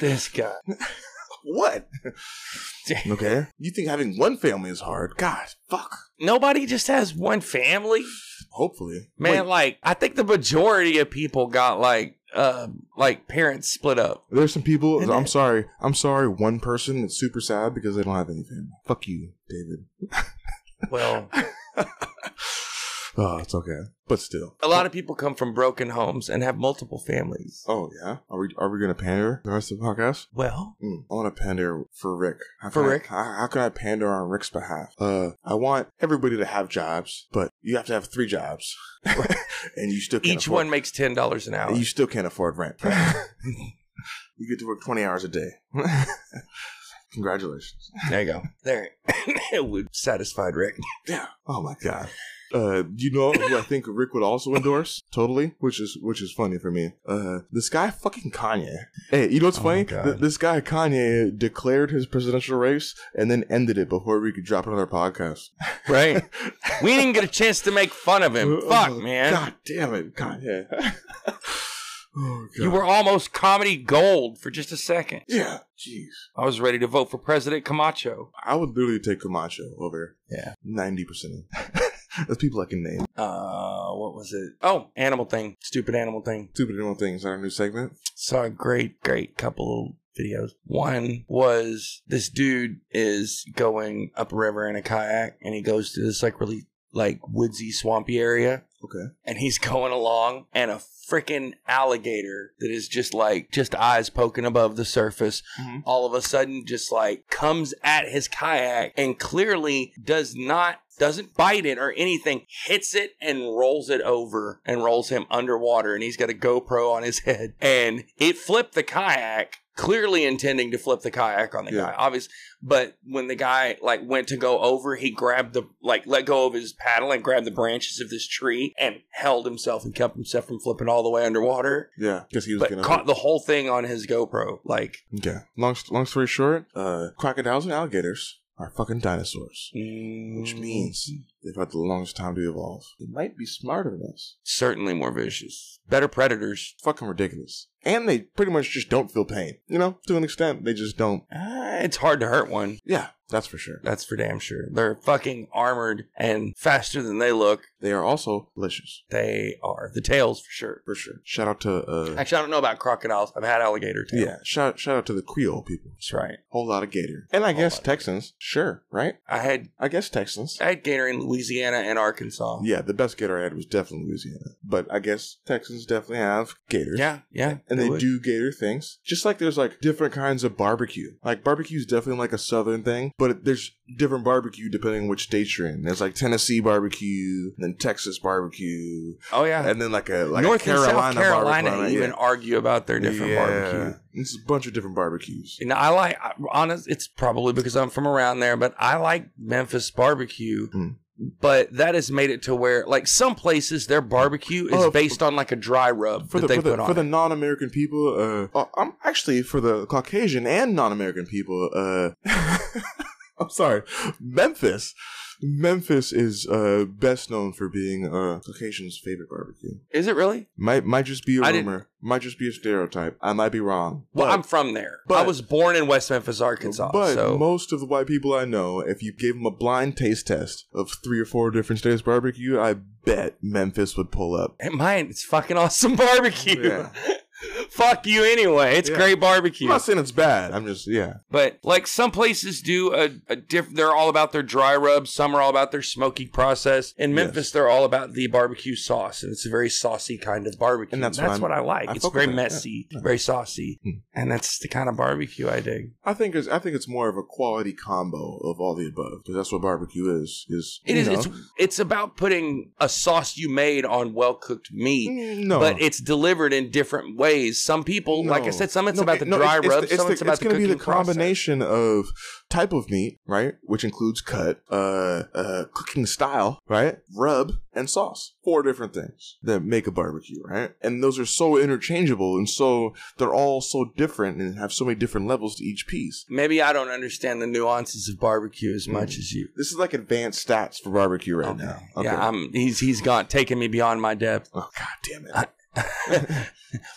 Speaker 5: this guy.
Speaker 1: what? Okay, you think having one family is hard? God, fuck.
Speaker 5: Nobody just has one family,
Speaker 1: Hopefully,
Speaker 5: man.
Speaker 1: Wait,
Speaker 5: Like I think the majority of people got like uh like parents split up.
Speaker 1: there's some people.
Speaker 5: And
Speaker 1: I'm
Speaker 5: that-
Speaker 1: sorry. I'm sorry. One person that's super sad because they don't have any family. Fuck you, David.
Speaker 5: Well,
Speaker 1: oh, it's okay. But still.
Speaker 5: a lot of people come from broken homes and have multiple families.
Speaker 1: Oh yeah. Are we are we gonna pander the rest of the podcast?
Speaker 5: Well,
Speaker 1: Mm, I want to pander for Rick. How
Speaker 5: For
Speaker 1: can I-
Speaker 5: Rick?
Speaker 1: how, how can I pander on Rick's behalf? Uh, I want everybody to have jobs, but you have to have three jobs, and you still can't
Speaker 5: each
Speaker 1: afford,
Speaker 5: one makes ten dollars an hour.
Speaker 1: and you still can't afford rent. you get to work twenty hours a day. Congratulations.
Speaker 5: There you go. There, it would satisfied Rick.
Speaker 1: Yeah. Oh my god. Uh, you know who I think Rick would also endorse totally, which is which is funny for me. Uh, this guy fucking Kanye. Hey, you know what's
Speaker 5: Oh,
Speaker 1: funny?
Speaker 5: God.
Speaker 1: Th- this guy Kanye declared his presidential race and then ended it before we could drop another podcast.
Speaker 5: Right? we didn't get a chance to make fun of him.
Speaker 1: Oh,
Speaker 5: Fuck, man.
Speaker 1: God damn it, Kanye. oh god.
Speaker 5: You were almost comedy gold for just a second.
Speaker 1: yeah. Jeez.
Speaker 5: I was ready to vote for President Camacho.
Speaker 1: I would literally take Camacho over.
Speaker 5: Yeah.
Speaker 1: Ninety percent. That's people I can name.
Speaker 5: Uh, what was it? Oh, animal thing. Stupid animal thing.
Speaker 1: Stupid little things. Our new segment.
Speaker 5: saw a great, great couple of videos. One was this dude is going upriver in a kayak and he goes to this like really like woodsy swampy area.
Speaker 1: Okay.
Speaker 5: And he's going along and a freaking alligator that is just like just eyes poking above the surface
Speaker 1: Mhm.
Speaker 5: all of a sudden just like comes at his kayak and clearly does not doesn't bite it or anything hits it and rolls it over and rolls him underwater and he's got a GoPro on his head and it flipped the kayak clearly intending to flip the kayak on the
Speaker 1: Yeah.
Speaker 5: guy obviously but when the guy like went to go over he grabbed the like let go of his paddle and grabbed the branches of this tree and held himself and kept himself from flipping all the way underwater
Speaker 1: Yeah. Because he was
Speaker 5: but
Speaker 1: gonna
Speaker 5: caught the whole thing on his GoPro like
Speaker 1: Okay. Long st- long story short, uh, crocodiles and alligators are fucking dinosaurs, which
Speaker 5: Mm, Mm-hmm.
Speaker 1: means they've had the longest time to evolve. They might be smarter than us.
Speaker 5: certainly more vicious, better predators.
Speaker 1: Fucking ridiculous. And they pretty much just don't feel pain. You know, to an extent, they just don't.
Speaker 5: Uh, it's hard to hurt one.
Speaker 1: Yeah, that's for sure.
Speaker 5: That's for damn sure. They're fucking armored and faster than they look.
Speaker 1: They are also delicious
Speaker 5: They are the tails for sure.
Speaker 1: for sure. Shout out to uh,
Speaker 5: Actually, I don't know about crocodiles. I've had alligator tail.
Speaker 1: yeah. Shout shout out to the Creole people.
Speaker 5: that's right.
Speaker 1: Whole lot of gator. And I
Speaker 5: Whole
Speaker 1: guess
Speaker 5: lot of
Speaker 1: Texans. Sure, right?
Speaker 5: I had
Speaker 1: I guess Texans.
Speaker 5: I had gator in Louisiana and Arkansas.
Speaker 1: Yeah, the best gator I had was definitely Louisiana, but I guess Texans definitely have gators.
Speaker 5: yeah, yeah.
Speaker 1: and they
Speaker 5: would.
Speaker 1: do gator things. Just like there's like different kinds of barbecue. Like barbecue's definitely like a southern thing, but there's different barbecue depending on which state you're in. There's like Tennessee barbecue, and then Texas barbecue,
Speaker 5: Oh yeah.
Speaker 1: and then like a like
Speaker 5: North
Speaker 1: a Carolina
Speaker 5: and South Carolina
Speaker 1: barbecue.
Speaker 5: even argue about their different barbecue.
Speaker 1: It's a bunch of different barbecues.
Speaker 5: And I like I- honest. It's probably because I'm from around there, but I like Memphis barbecue.
Speaker 1: Mm.
Speaker 5: But that has made it to where, like, some places their barbecue is
Speaker 1: Oh, for-
Speaker 5: based on like a dry rub
Speaker 1: for
Speaker 5: that
Speaker 1: the,
Speaker 5: they
Speaker 1: for
Speaker 5: put
Speaker 1: the,
Speaker 5: on.
Speaker 1: for the
Speaker 5: it.
Speaker 1: non-American people, uh, uh, I'm actually for the Caucasian and non-American people. Uh, I'm sorry, Memphis. Memphis is uh, best known for being uh, Caucasian's favorite barbecue.
Speaker 5: Is it really?
Speaker 1: Might might just be a
Speaker 5: I didn't-
Speaker 1: rumor. Might just be a stereotype. I might be wrong.
Speaker 5: Well,
Speaker 1: but-
Speaker 5: I'm from there. I
Speaker 1: but-
Speaker 5: was born in West Memphis, Arkansas.
Speaker 1: But
Speaker 5: so
Speaker 1: most of the white people I know, if you gave them a blind taste test of three or four different states barbecue, I bet Memphis would pull up.
Speaker 5: And mine, it's fucking awesome barbecue.
Speaker 1: Yeah.
Speaker 5: Fuck you anyway. It's
Speaker 1: Yeah.
Speaker 5: great barbecue.
Speaker 1: I'm not saying it's bad. I'm just yeah.
Speaker 5: But like some places do a, a diff they're all about their dry rub, some are all about their smoking process. In
Speaker 1: Yes.
Speaker 5: Memphis, they're all about the barbecue sauce, and it's a very saucy kind of barbecue.
Speaker 1: And that's what I'm-
Speaker 5: what, I like.
Speaker 1: I
Speaker 5: it's
Speaker 1: fuck
Speaker 5: very
Speaker 1: with that, yeah.
Speaker 5: messy, very saucy.
Speaker 1: Hmm.
Speaker 5: And that's the kind of barbecue I dig.
Speaker 1: I think it's I think it's more of a quality combo of all the above because that's what barbecue is. Is
Speaker 5: It
Speaker 1: you
Speaker 5: is
Speaker 1: know.
Speaker 5: it's it's about putting a sauce you made on well cooked meat.
Speaker 1: Mm, no,
Speaker 5: But it's delivered in different ways. Some people, like I
Speaker 1: No.
Speaker 5: said, some it's
Speaker 1: No,
Speaker 5: about
Speaker 1: it-
Speaker 5: the
Speaker 1: no,
Speaker 5: dry
Speaker 1: it's-
Speaker 5: rub,
Speaker 1: It's,
Speaker 5: some
Speaker 1: the-
Speaker 5: it's about
Speaker 1: it's
Speaker 5: the
Speaker 1: gonna
Speaker 5: cooking
Speaker 1: be the combination of type of meat, right, which includes cut, uh, uh, cooking style, right, rub, and sauce. Four different things that make a barbecue, right? And those are so interchangeable, and so they're all so different and have so many different levels to each piece.
Speaker 5: Process. Maybe I don't understand the nuances of barbecue
Speaker 1: Hmm.
Speaker 5: as much as you.
Speaker 1: This is like advanced stats for barbecue right now.
Speaker 5: Yeah, I'm, he's he's gone, taking me beyond my depth.
Speaker 1: oh god damn it!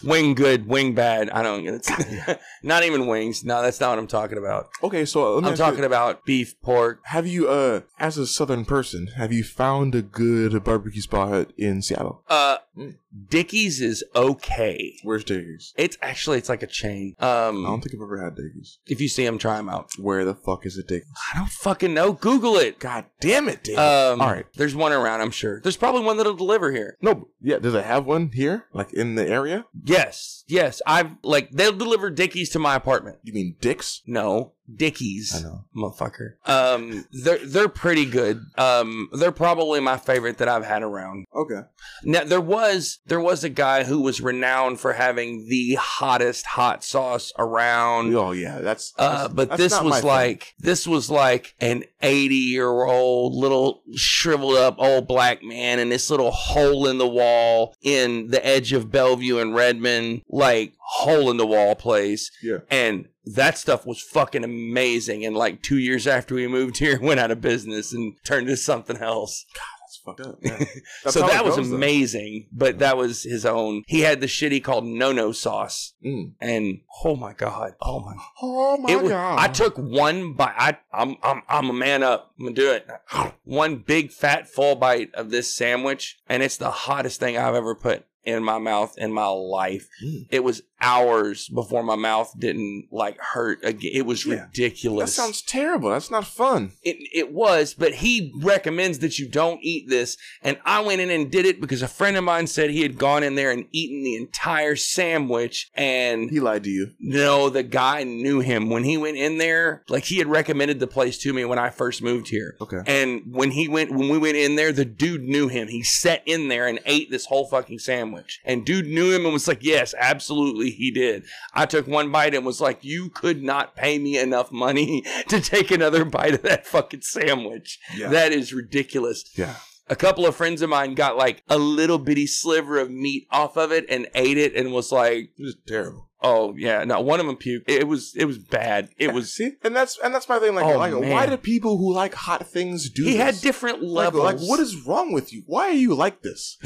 Speaker 5: wing good, wing bad. I don't. It's not even wings. No, that's not what I'm talking about.
Speaker 1: okay, so uh, let me
Speaker 5: I'm
Speaker 1: ask you-
Speaker 5: talking about beef, pork.
Speaker 1: Have you, uh, as a Southern person, have you found a good barbecue spot in Seattle?
Speaker 5: Uh,
Speaker 1: Mm.
Speaker 5: Dickies is okay.
Speaker 1: Where's Diggy's?
Speaker 5: It's actually it's like a chain.
Speaker 1: I don't
Speaker 5: Um,
Speaker 1: think I've ever had Diggy's.
Speaker 5: if you see them, try them out.
Speaker 1: Where the fuck is a Diggy's?
Speaker 5: I don't fucking know. Google it.
Speaker 1: God damn it, Diggy's!
Speaker 5: Um,
Speaker 1: All right.
Speaker 5: There's one around. I'm sure. There's probably one that'll deliver here.
Speaker 1: No, yeah, does it have one here? Like in the area?
Speaker 5: Yes. Yes. I've like they'll deliver Dickies to my apartment.
Speaker 1: You mean Dick's?
Speaker 5: No. Dickies.
Speaker 1: know.
Speaker 5: Motherfucker. Um, they're they're pretty good. Um, they're probably my favorite that I've had around.
Speaker 1: Okay.
Speaker 5: Now there was there was a guy who was renowned for having the hottest hot sauce around.
Speaker 1: Oh yeah, that's.
Speaker 5: Um, Uh,
Speaker 1: that's-
Speaker 5: but
Speaker 1: that's
Speaker 5: this
Speaker 1: not my
Speaker 5: was
Speaker 1: thing.
Speaker 5: like this was like an 80 year old little shriveled up old black man in this little hole in the wall in the edge of Bellevue and Redmond, like hole in the wall place.
Speaker 1: Yeah.
Speaker 5: And that stuff was fucking amazing. And like two years after we moved here, it went out of business and turned into something else.
Speaker 1: That's fucked up. yeah. That's
Speaker 5: so
Speaker 1: how
Speaker 5: that
Speaker 1: it
Speaker 5: was
Speaker 1: goes, though.
Speaker 5: amazing, but that was his own. He had the shit he called no no sauce.
Speaker 1: Mm.
Speaker 5: And oh my God. Oh my
Speaker 1: Oh my
Speaker 5: it was,
Speaker 1: god!
Speaker 5: I took one bite. I, I'm, I'm, I'm a man up. I'm gonna do it. One big fat full bite of this sandwich, and it's the hottest thing I've ever put in my mouth in my life.
Speaker 1: Mm.
Speaker 5: It was hours before my mouth didn't like hurt again. It was
Speaker 1: Yeah. that
Speaker 5: ridiculous.
Speaker 1: sounds terrible. That's not fun.
Speaker 5: it, it was, but he recommends that you don't eat this. And I went in and did it because a friend of mine said he had gone in there and eaten the entire sandwich and
Speaker 1: He lied to you.
Speaker 5: no, the guy knew him when he went in there. Like he had recommended the place to me when I first moved here.
Speaker 1: Okay.
Speaker 5: And when he went, when we went in there, the dude knew him. He sat in there and ate this whole fucking sandwich. And dude knew him and was like, "Yes, absolutely, he did." I took one bite and was like, "You could not pay me enough money to take another bite of that fucking sandwich.
Speaker 1: Yeah.
Speaker 5: That is ridiculous."
Speaker 1: yeah.
Speaker 5: A couple of friends of mine got like a little bitty sliver of meat off of it and ate it and was like.
Speaker 1: It was terrible.
Speaker 5: Oh yeah, no, one of them puked. It was it was bad. It was.
Speaker 1: see, and that's and that's my thing. Like,
Speaker 5: Oh,
Speaker 1: like
Speaker 5: man.
Speaker 1: why do people who like hot things do?
Speaker 5: He
Speaker 1: this?
Speaker 5: had different
Speaker 1: Like,
Speaker 5: levels.
Speaker 1: like, what is wrong with you? Why are you like this?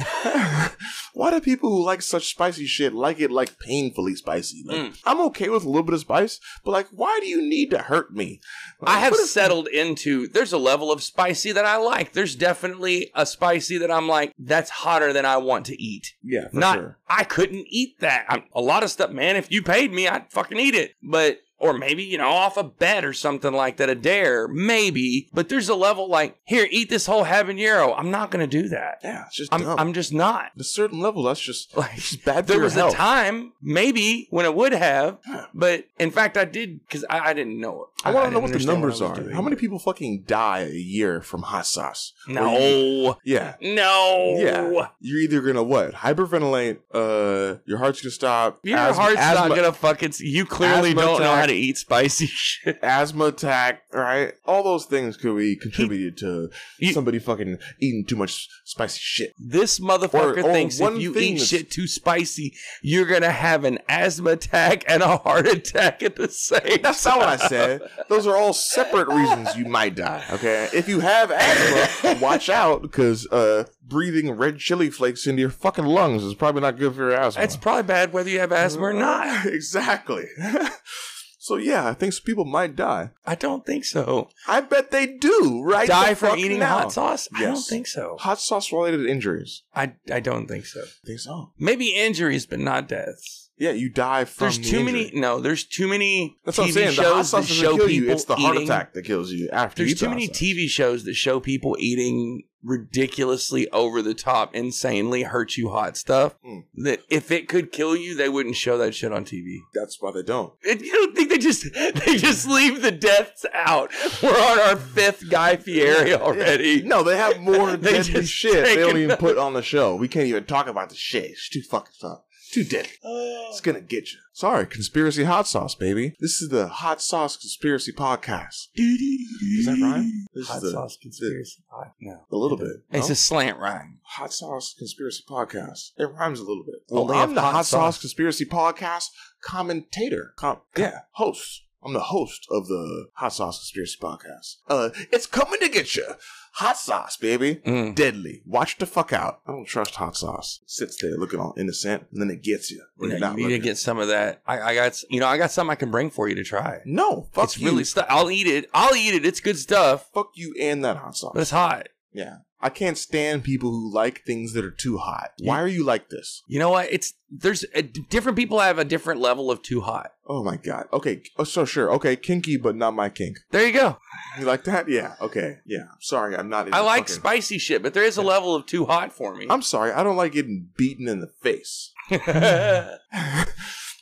Speaker 1: Why do people who like such spicy shit like it like painfully spicy? Like,
Speaker 5: Mm.
Speaker 1: I'm okay with a little bit of spice, but like, why do you need to hurt me?
Speaker 5: I have
Speaker 1: What is-
Speaker 5: settled into. There's a level of spicy that I like. There's definitely a spicy that I'm like that's hotter than I want to eat.
Speaker 1: yeah, for
Speaker 5: Not
Speaker 1: sure.
Speaker 5: I couldn't eat that. I'm, a lot of stuff, man. If you paid me, I'd fucking eat it. But or maybe you know off a bet or something like that, a dare maybe. But there's a level like here, eat this whole habanero. I'm not gonna do that.
Speaker 1: Yeah, it's just
Speaker 5: I'm
Speaker 1: dumb.
Speaker 5: I'm just not.
Speaker 1: At a certain level, that's just
Speaker 5: Like
Speaker 1: it's just bad for
Speaker 5: there
Speaker 1: your
Speaker 5: was
Speaker 1: health.
Speaker 5: a time maybe when it would have but in fact i did because I, I didn't know it
Speaker 1: I want to know what
Speaker 5: didn't
Speaker 1: the
Speaker 5: understand
Speaker 1: numbers
Speaker 5: I was
Speaker 1: are.
Speaker 5: doing.
Speaker 1: How many people fucking die a year from hot sauce? Or you-
Speaker 5: no
Speaker 1: yeah.
Speaker 5: no
Speaker 1: Yeah. You're either gonna what? Hyperventilate, uh your heart's gonna stop.
Speaker 5: your
Speaker 1: asthma-
Speaker 5: heart's
Speaker 1: asthma-
Speaker 5: not gonna fucking s- you clearly
Speaker 1: asthma
Speaker 5: don't know
Speaker 1: attack.
Speaker 5: how to eat spicy shit
Speaker 1: asthma attack, right? All those things could be contributed to
Speaker 5: He-
Speaker 1: somebody fucking eating too much spicy shit.
Speaker 5: this motherfucker
Speaker 1: Or- or
Speaker 5: thinks
Speaker 1: one
Speaker 5: if you
Speaker 1: thing
Speaker 5: eat
Speaker 1: that's-
Speaker 5: shit too spicy you're gonna have an asthma attack and a heart attack at the same
Speaker 1: That's not what I said. Those are all separate reasons you might die. Okay, if you have asthma, watch out because uh, breathing red chili flakes into your fucking lungs is probably not good for your asthma.
Speaker 5: it's probably bad whether you have asthma or not
Speaker 1: exactly. so yeah, I think some people might die.
Speaker 5: i don't think so
Speaker 1: I bet they do. Right?
Speaker 5: die
Speaker 1: the
Speaker 5: from
Speaker 1: fuck
Speaker 5: eating
Speaker 1: now.
Speaker 5: hot sauce i don't
Speaker 1: Yes.
Speaker 5: think so
Speaker 1: Hot sauce related injuries.
Speaker 5: I, I don't think so.
Speaker 1: I think so.
Speaker 5: Maybe injuries, but not deaths.
Speaker 1: Yeah, you die from.
Speaker 5: there's
Speaker 1: the
Speaker 5: too
Speaker 1: injury.
Speaker 5: many. No, there's too many
Speaker 1: That's
Speaker 5: TV
Speaker 1: what I'm saying. The hot
Speaker 5: shows
Speaker 1: sauce
Speaker 5: that
Speaker 1: doesn't
Speaker 5: show
Speaker 1: kill
Speaker 5: people
Speaker 1: you. It's the heart
Speaker 5: eating-
Speaker 1: attack that kills you after you
Speaker 5: There's
Speaker 1: eat
Speaker 5: too
Speaker 1: the
Speaker 5: many
Speaker 1: hot sauce.
Speaker 5: TV shows that show people eating ridiculously over the top, insanely hurt you hot stuff.
Speaker 1: Mm.
Speaker 5: That if it could kill you, they wouldn't show that shit on TV.
Speaker 1: That's why they don't.
Speaker 5: And you don't think they just they just leave the deaths out? We're on our fifth Guy Fieri already.
Speaker 1: No, they have more
Speaker 5: They
Speaker 1: deadly
Speaker 5: just
Speaker 1: shit. They
Speaker 5: take
Speaker 1: don't even
Speaker 5: another-
Speaker 1: put on the show. We can't even talk about the shit. It's too fucking tough. Too deadly.
Speaker 5: Oh.
Speaker 1: It's gonna get you. Sorry, conspiracy hot sauce, baby. This is the hot sauce conspiracy podcast. Is that rhyme? This
Speaker 5: Hot
Speaker 1: is the,
Speaker 5: sauce conspiracy. pod- No,
Speaker 1: A little bit.
Speaker 5: it's
Speaker 1: no?
Speaker 5: a slant rhyme.
Speaker 1: hot sauce conspiracy podcast. It rhymes a little bit.
Speaker 5: Well,
Speaker 1: Well,
Speaker 5: they
Speaker 1: I'm
Speaker 5: have
Speaker 1: the
Speaker 5: hot
Speaker 1: hot sauce
Speaker 5: sauce.
Speaker 1: conspiracy podcast commentator. Com- yeah, host. I'm the host of the hot sauce conspiracy podcast. Uh, it's coming to get you. Hot sauce, baby.
Speaker 5: Mm.
Speaker 1: Deadly. Watch the fuck out. I don't trust hot sauce. sits there looking all innocent, and then it gets you. when
Speaker 5: No,
Speaker 1: you're
Speaker 5: you
Speaker 1: not
Speaker 5: need to
Speaker 1: looking.
Speaker 5: get some of that. I, I got, s- you know, I got something I can bring for you to try.
Speaker 1: no, fuck
Speaker 5: it's
Speaker 1: you.
Speaker 5: really stuff. I'll eat it. I'll eat it. It's good stuff,
Speaker 1: fuck you and that hot sauce.
Speaker 5: but it's hot.
Speaker 1: yeah, I can't stand people who like things that are too hot.
Speaker 5: You-
Speaker 1: Why are you like this?
Speaker 5: You know what? It's there's a, different people have a different level of too hot.
Speaker 1: Oh my god. Okay. Oh, so sure. Okay, kinky, but not my kink.
Speaker 5: There you go.
Speaker 1: You like that? Yeah. Okay. Yeah. I'm sorry. I'm not. into
Speaker 5: I like
Speaker 1: fucking-
Speaker 5: spicy shit, but there is a level of too hot for me.
Speaker 1: I'm sorry. I don't like getting beaten in the face.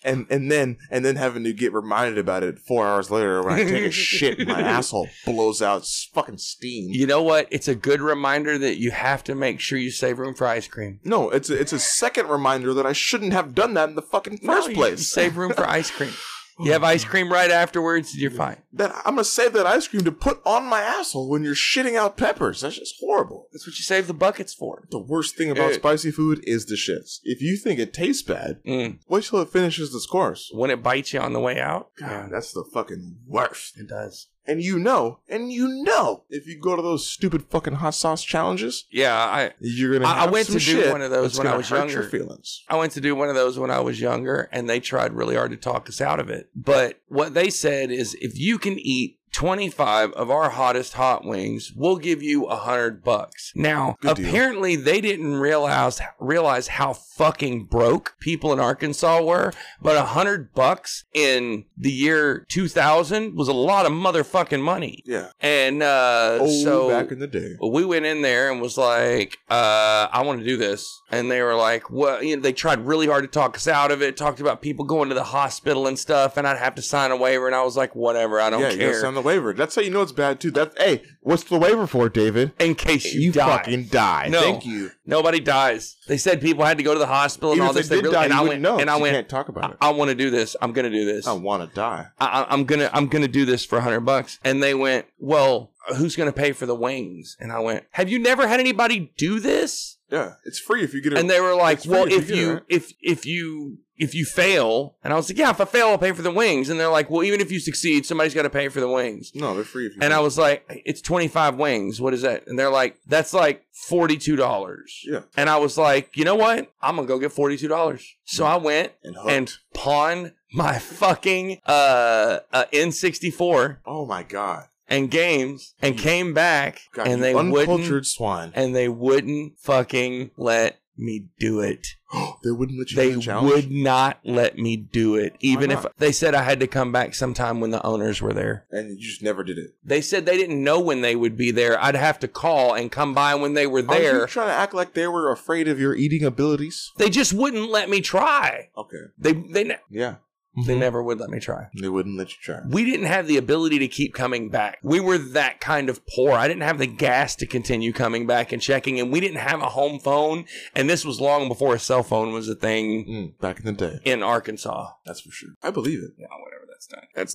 Speaker 1: and and then and then having to get reminded about it four hours later when I take a shit, and my asshole blows out s- fucking steam.
Speaker 5: You know what? It's a good reminder that you have to make sure you save room for ice cream.
Speaker 1: No, it's a, it's a second reminder that I shouldn't have done that in the fucking first
Speaker 5: No, you
Speaker 1: place.
Speaker 5: Save room for ice cream. You have ice cream right afterwards, you're fine.
Speaker 1: That I'm gonna save that ice cream to put on my asshole when you're shitting out peppers. That's just horrible.
Speaker 5: That's what you save the buckets for.
Speaker 1: The worst thing about
Speaker 5: Eh.
Speaker 1: spicy food is the shits. If you think it tastes bad,
Speaker 5: Mm.
Speaker 1: wait till it finishes this course.
Speaker 5: When it bites you on the way out,
Speaker 1: God, that's the fucking worst.
Speaker 5: it does.
Speaker 1: And you know, and you know, if you go to those stupid fucking hot sauce challenges,
Speaker 5: Yeah, I
Speaker 1: you're gonna.
Speaker 5: I- I
Speaker 1: have
Speaker 5: went
Speaker 1: some
Speaker 5: to do
Speaker 1: shit
Speaker 5: one of those
Speaker 1: that's
Speaker 5: when I
Speaker 1: gonna
Speaker 5: was
Speaker 1: hurt Your
Speaker 5: younger.
Speaker 1: feelings.
Speaker 5: I went to do one of those when I was younger, and they tried really hard to talk us out of it. But what they said is, if you can eat 25 of our hottest hot wings, we'll give you a hundred bucks. Now,
Speaker 1: Good deal.
Speaker 5: apparently, they didn't realize realize how fucking broke people in Arkansas were. But a hundred bucks in the year 2000 was a lot of motherfucking money.
Speaker 1: Yeah.
Speaker 5: And uh,
Speaker 1: Oh,
Speaker 5: so
Speaker 1: back in the day.
Speaker 5: well, we went in there and was like, uh, I want to do this. And they were like, well, you know, they tried really hard to talk us out of it, talked about people going to the hospital and stuff, and I'd have to sign a waiver. And I was like, whatever, I don't
Speaker 1: yeah, you
Speaker 5: care.
Speaker 1: gotta sign the waiver. That's how you know it's bad too. That's hey, what's the waiver for, David?
Speaker 5: in case you,
Speaker 1: You
Speaker 5: die.
Speaker 1: fucking die.
Speaker 5: No.
Speaker 1: Thank you.
Speaker 5: Nobody dies. They said people had to go to the hospital
Speaker 1: Even
Speaker 5: and all
Speaker 1: if they
Speaker 5: this.
Speaker 1: did
Speaker 5: really-
Speaker 1: die,
Speaker 5: and
Speaker 1: you
Speaker 5: I
Speaker 1: wouldn't
Speaker 5: went,
Speaker 1: know.
Speaker 5: and I
Speaker 1: 'cause you
Speaker 5: went,
Speaker 1: can't talk about
Speaker 5: I,
Speaker 1: it. Oh,
Speaker 5: want to do this. I'm going to do this.
Speaker 1: I want to die.
Speaker 5: I, I- I'm gonna I'm gonna do this for a hundred bucks. And they went, well, who's gonna pay for the wings? And I went, have you never had anybody do this?
Speaker 1: Yeah, it's free if you get it.
Speaker 5: And they were like,
Speaker 1: It's free
Speaker 5: well,
Speaker 1: if you
Speaker 5: if
Speaker 1: get it,
Speaker 5: you
Speaker 1: right?
Speaker 5: if if you if you fail, and I was like, yeah, if I fail, I'll pay for the wings. And they're like, well, even if you succeed, somebody's got to pay for the wings.
Speaker 1: no, they're free if you.
Speaker 5: And
Speaker 1: get
Speaker 5: I
Speaker 1: it.
Speaker 5: was like, it's 25 wings. What is that? And they're like, that's like $42.
Speaker 1: Yeah.
Speaker 5: And I was like, you know what? I'm going to go get $42. So I went
Speaker 1: and, hooked.
Speaker 5: and pawned my fucking uh, uh N64
Speaker 1: oh my god,
Speaker 5: and games and came back
Speaker 1: god,
Speaker 5: and
Speaker 1: you
Speaker 5: they
Speaker 1: uncultured
Speaker 5: wouldn't
Speaker 1: swine.
Speaker 5: and they wouldn't fucking let me do it.
Speaker 1: they wouldn't let you. do
Speaker 5: They
Speaker 1: the challenge?
Speaker 5: would not let me do it, even if
Speaker 1: not?
Speaker 5: they said I had to come back sometime when the owners were there.
Speaker 1: and you just never did it.
Speaker 5: They said they didn't know when they would be there. I'd have to call and come by when they were
Speaker 1: Are you
Speaker 5: there.
Speaker 1: trying to act like they were afraid of your eating abilities?
Speaker 5: They just wouldn't let me try.
Speaker 1: Okay.
Speaker 5: They they ne-
Speaker 1: Yeah. Mm-hmm.
Speaker 5: they never would let me try.
Speaker 1: They wouldn't let you try.
Speaker 5: We didn't have the ability to keep coming back. We were that kind of poor. I didn't have the gas to continue coming back and checking, and we didn't have a home phone. And this was long before a cell phone was a thing
Speaker 1: Mm, back in the day,
Speaker 5: in Arkansas.
Speaker 1: that's for sure. I believe it.
Speaker 5: No, whatever. That's done. That's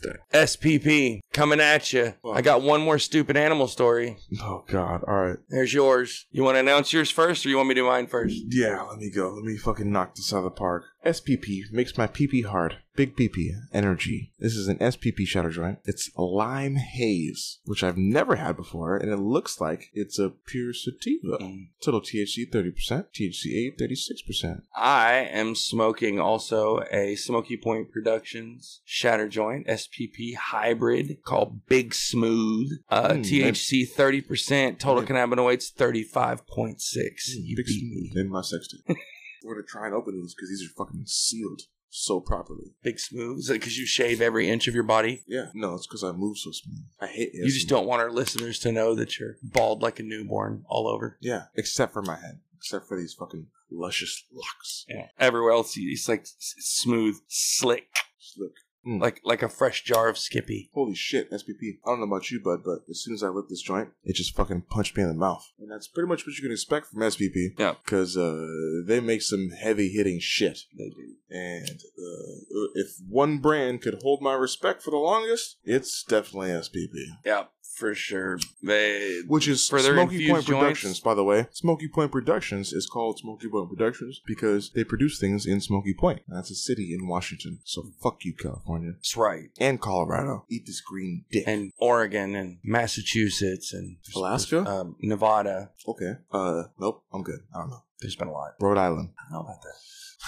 Speaker 5: done. SPP coming at you.
Speaker 1: Fuck.
Speaker 5: I got one more stupid animal story.
Speaker 1: Oh God! All right.
Speaker 5: There's yours. You want to announce yours first, or you want me to do mine first?
Speaker 1: Yeah, let me go. Let me fucking knock this out of the park. SPP makes my PP hard. Big PP energy. This is an SPP shadow joint. It's lime haze, which I've never had before, and it looks like it's a pure sativa.
Speaker 5: Mm.
Speaker 1: Total THC 30%, THCA 36%.
Speaker 5: I am smoking also a Smoky Point Productions shatter joint SPP hybrid called Big Smooth. Uh,
Speaker 1: Mm,
Speaker 5: THC thirty percent, total
Speaker 1: Mm.
Speaker 5: cannabinoids thirty five point six. You
Speaker 1: Hmm, Big
Speaker 5: beat
Speaker 1: smooth.
Speaker 5: me.
Speaker 1: In my sextant. We're gonna try and open these because these are fucking sealed so properly.
Speaker 5: Big Smooth is because you shave every inch of your body.
Speaker 1: Yeah, no, it's because I move so smooth. I hate it.
Speaker 5: You just don't want our listeners to know that you're bald like a newborn all over.
Speaker 1: Yeah, except for my head. Except for these fucking luscious locks.
Speaker 5: Yeah. Everywhere else, it's like s- smooth, slick,
Speaker 1: Just look.
Speaker 5: like like a fresh jar of Skippy.
Speaker 1: Holy shit, SPP. I don't know about you, bud, but as soon as I lit this joint, it just fucking punched me in the mouth. And that's pretty much what you can expect from SPP.
Speaker 5: Yeah.
Speaker 1: Because uh, they make some heavy hitting shit. They do. And uh, if one brand could hold my respect for the longest, it's definitely SPP.
Speaker 5: Yeah, for sure. They
Speaker 1: Which is
Speaker 5: For their
Speaker 1: Smoky
Speaker 5: infused
Speaker 1: Point
Speaker 5: joints?
Speaker 1: Productions, by the way. Smoky Point Productions is called Smoky Point Productions because they produce things in Smoky Point. And that's a city in Washington. So fuck you, California.
Speaker 5: that's right.
Speaker 1: And Colorado. Eat this green dick.
Speaker 5: and Oregon and Massachusetts and
Speaker 1: Alaska?
Speaker 5: um, Nevada.
Speaker 1: Okay. Uh, nope. I'm good. I don't know.
Speaker 5: There's been a lot.
Speaker 1: Rhode Island.
Speaker 5: I don't know about that.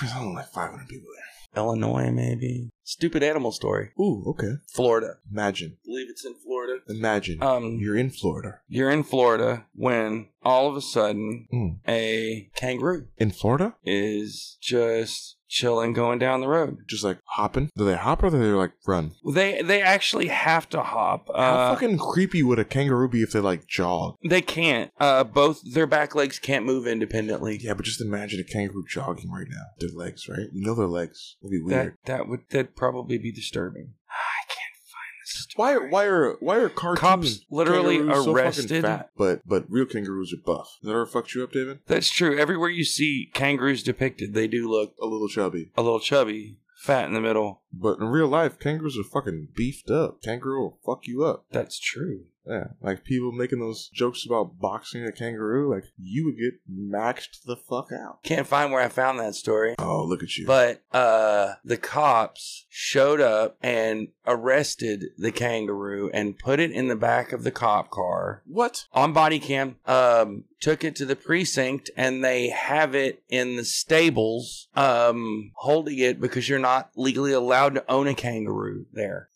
Speaker 1: There's only like 500 people there.
Speaker 5: Illinois, maybe. Stupid animal story.
Speaker 1: Ooh, okay.
Speaker 5: Florida.
Speaker 1: Imagine.
Speaker 5: I believe it's in Florida.
Speaker 1: Imagine.
Speaker 5: Um,
Speaker 1: You're in Florida.
Speaker 5: you're in Florida when all of a sudden
Speaker 1: Mm.
Speaker 5: a kangaroo
Speaker 1: In Florida?
Speaker 5: is just chilling going down the road.
Speaker 1: Just like hopping. Do they hop or do they like run?
Speaker 5: They they actually have to hop.
Speaker 1: How
Speaker 5: Uh,
Speaker 1: fucking creepy would a kangaroo be if they like jog?
Speaker 5: they can't. Uh, both their back legs can't move independently.
Speaker 1: Yeah, but just imagine a kangaroo jogging right now. Their legs, right? You know their legs. It'd be
Speaker 5: That
Speaker 1: weird.
Speaker 5: that would that probably be disturbing. I can't find this.
Speaker 1: why? are- Why are why are cartoons
Speaker 5: Cops literally
Speaker 1: kangaroos so fucking
Speaker 5: arrested-
Speaker 1: fat? but but real kangaroos are buff. That ever fucked you up, David?
Speaker 5: That's true. Everywhere you see kangaroos depicted, they do look
Speaker 1: A little chubby,
Speaker 5: a little chubby, fat in the middle.
Speaker 1: but in real life, kangaroos are fucking beefed up. Kangaroo will fuck you up.
Speaker 5: That's true.
Speaker 1: Yeah, like people making those jokes about boxing a kangaroo, like you would get maxed the fuck out.
Speaker 5: Can't find where I found that story.
Speaker 1: Oh, look at you!
Speaker 5: But uh, the cops showed up and arrested the kangaroo and put it in the back of the cop car
Speaker 1: what?
Speaker 5: on body cam. Um, took it to the precinct and they have it in the stables, um, holding it because you're not legally allowed to own a kangaroo there.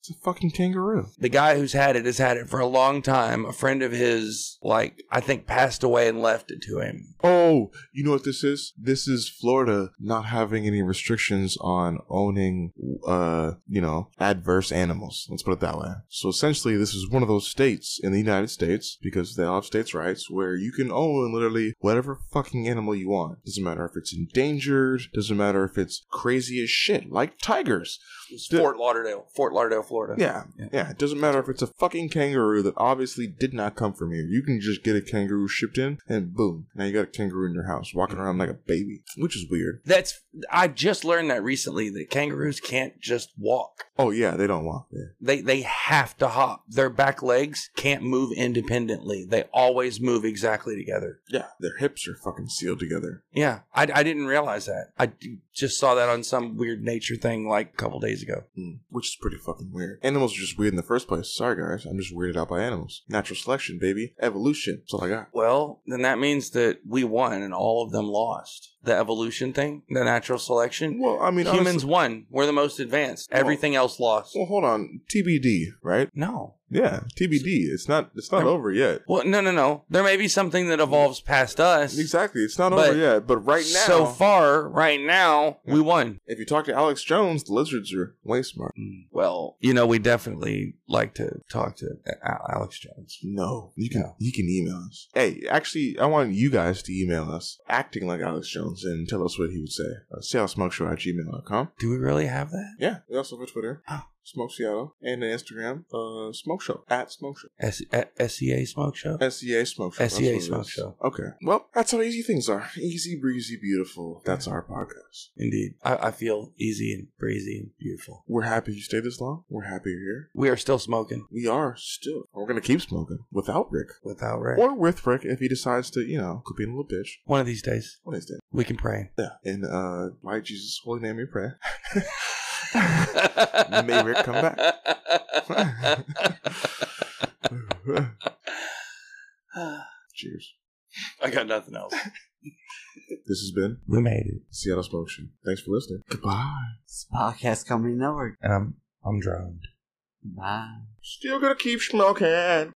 Speaker 1: It's a fucking kangaroo.
Speaker 5: The guy who's had it has had it for a long time. A friend of his, like I think, passed away and left it to him.
Speaker 1: Oh, you know what this is? This is Florida not having any restrictions on owning, uh, you know, adverse animals. Let's put it that way. So essentially, this is one of those states in the United States because they all have states' rights where you can own literally whatever fucking animal you want. Doesn't matter if it's endangered. Doesn't matter if it's crazy as shit, like tigers.
Speaker 5: It was
Speaker 1: Did-
Speaker 5: Fort Lauderdale, Fort Lauderdale, Florida.
Speaker 1: Yeah, yeah. It doesn't matter if it's a fucking kangaroo that obviously did not come from here. You can just get a kangaroo shipped in, and boom, now you got a kangaroo in your house walking around like a baby, which is weird.
Speaker 5: That's I just learned that recently that kangaroos can't just walk.
Speaker 1: Oh yeah, they don't walk there.
Speaker 5: They they have to hop. Their back legs can't move independently. They always move exactly together.
Speaker 1: Yeah, their hips are fucking sealed together.
Speaker 5: Yeah, I, I didn't realize that. I d- just saw that on some weird nature thing like a couple days ago.
Speaker 1: Mm, Which is pretty fucking weird. Animals are just weird in the first place. Sorry, guys. I'm just weirded out by animals. Natural selection, baby. Evolution. That's all I got.
Speaker 5: Well, then that means that we won and all of them lost. The evolution thing, the natural selection.
Speaker 1: Well, I mean,
Speaker 5: Humans
Speaker 1: honestly-
Speaker 5: won. We're the most advanced.
Speaker 1: Well-
Speaker 5: Everything else lost.
Speaker 1: well, hold on. TBD, right?
Speaker 5: No.
Speaker 1: Yeah, TBD. It's not. It's not
Speaker 5: Um,
Speaker 1: over yet.
Speaker 5: Well, no, no, no. There may be something that evolves past us.
Speaker 1: Exactly. It's not
Speaker 5: But-
Speaker 1: over yet. But right now,
Speaker 5: So far, right now, we won.
Speaker 1: If you talk to Alex Jones, the lizards are way smart.
Speaker 5: Well, you know, we definitely like to talk to A- Alex Jones.
Speaker 1: No, you can you can email us. Hey, actually, I want you guys to email us, acting like Alex Jones, and tell us what he would say. Uh, Seattle Smoke Show at gmail.com.
Speaker 5: Do we really have that?
Speaker 1: Yeah, we also have a Twitter, Smoke Seattle, and an Instagram, uh, Smoke Show at Smoke Show,
Speaker 5: S- E A- SEA Smoke Show?
Speaker 1: SEA E Smoke Show. that's
Speaker 5: SEA
Speaker 1: what it is.
Speaker 5: Smoke Show.
Speaker 1: Okay, well, that's how easy things are. Easy breezy, beautiful. That's our podcast.
Speaker 5: Indeed. I-, I feel easy and breezy and beautiful.
Speaker 1: We're happy you stayed this long. We're happy you're here.
Speaker 5: We are still smoking
Speaker 1: We are still. We're gonna keep smoking without Rick.
Speaker 5: without Rick.
Speaker 1: Or with Rick if he decides to, you know, could be a little bitch.
Speaker 5: One of these days,
Speaker 1: What is that?
Speaker 5: we can pray.
Speaker 1: Yeah. In uh, my Jesus' holy name, we pray. May Rick come back. Cheers.
Speaker 5: I got nothing else.
Speaker 1: This has been
Speaker 5: We made it.
Speaker 1: Seattle Smoke Show. Thanks for listening. Goodbye.
Speaker 3: It's Podcast Company Network.
Speaker 5: And I'm, I'm drowned.
Speaker 3: Bye.
Speaker 1: Still gonna keep smoking.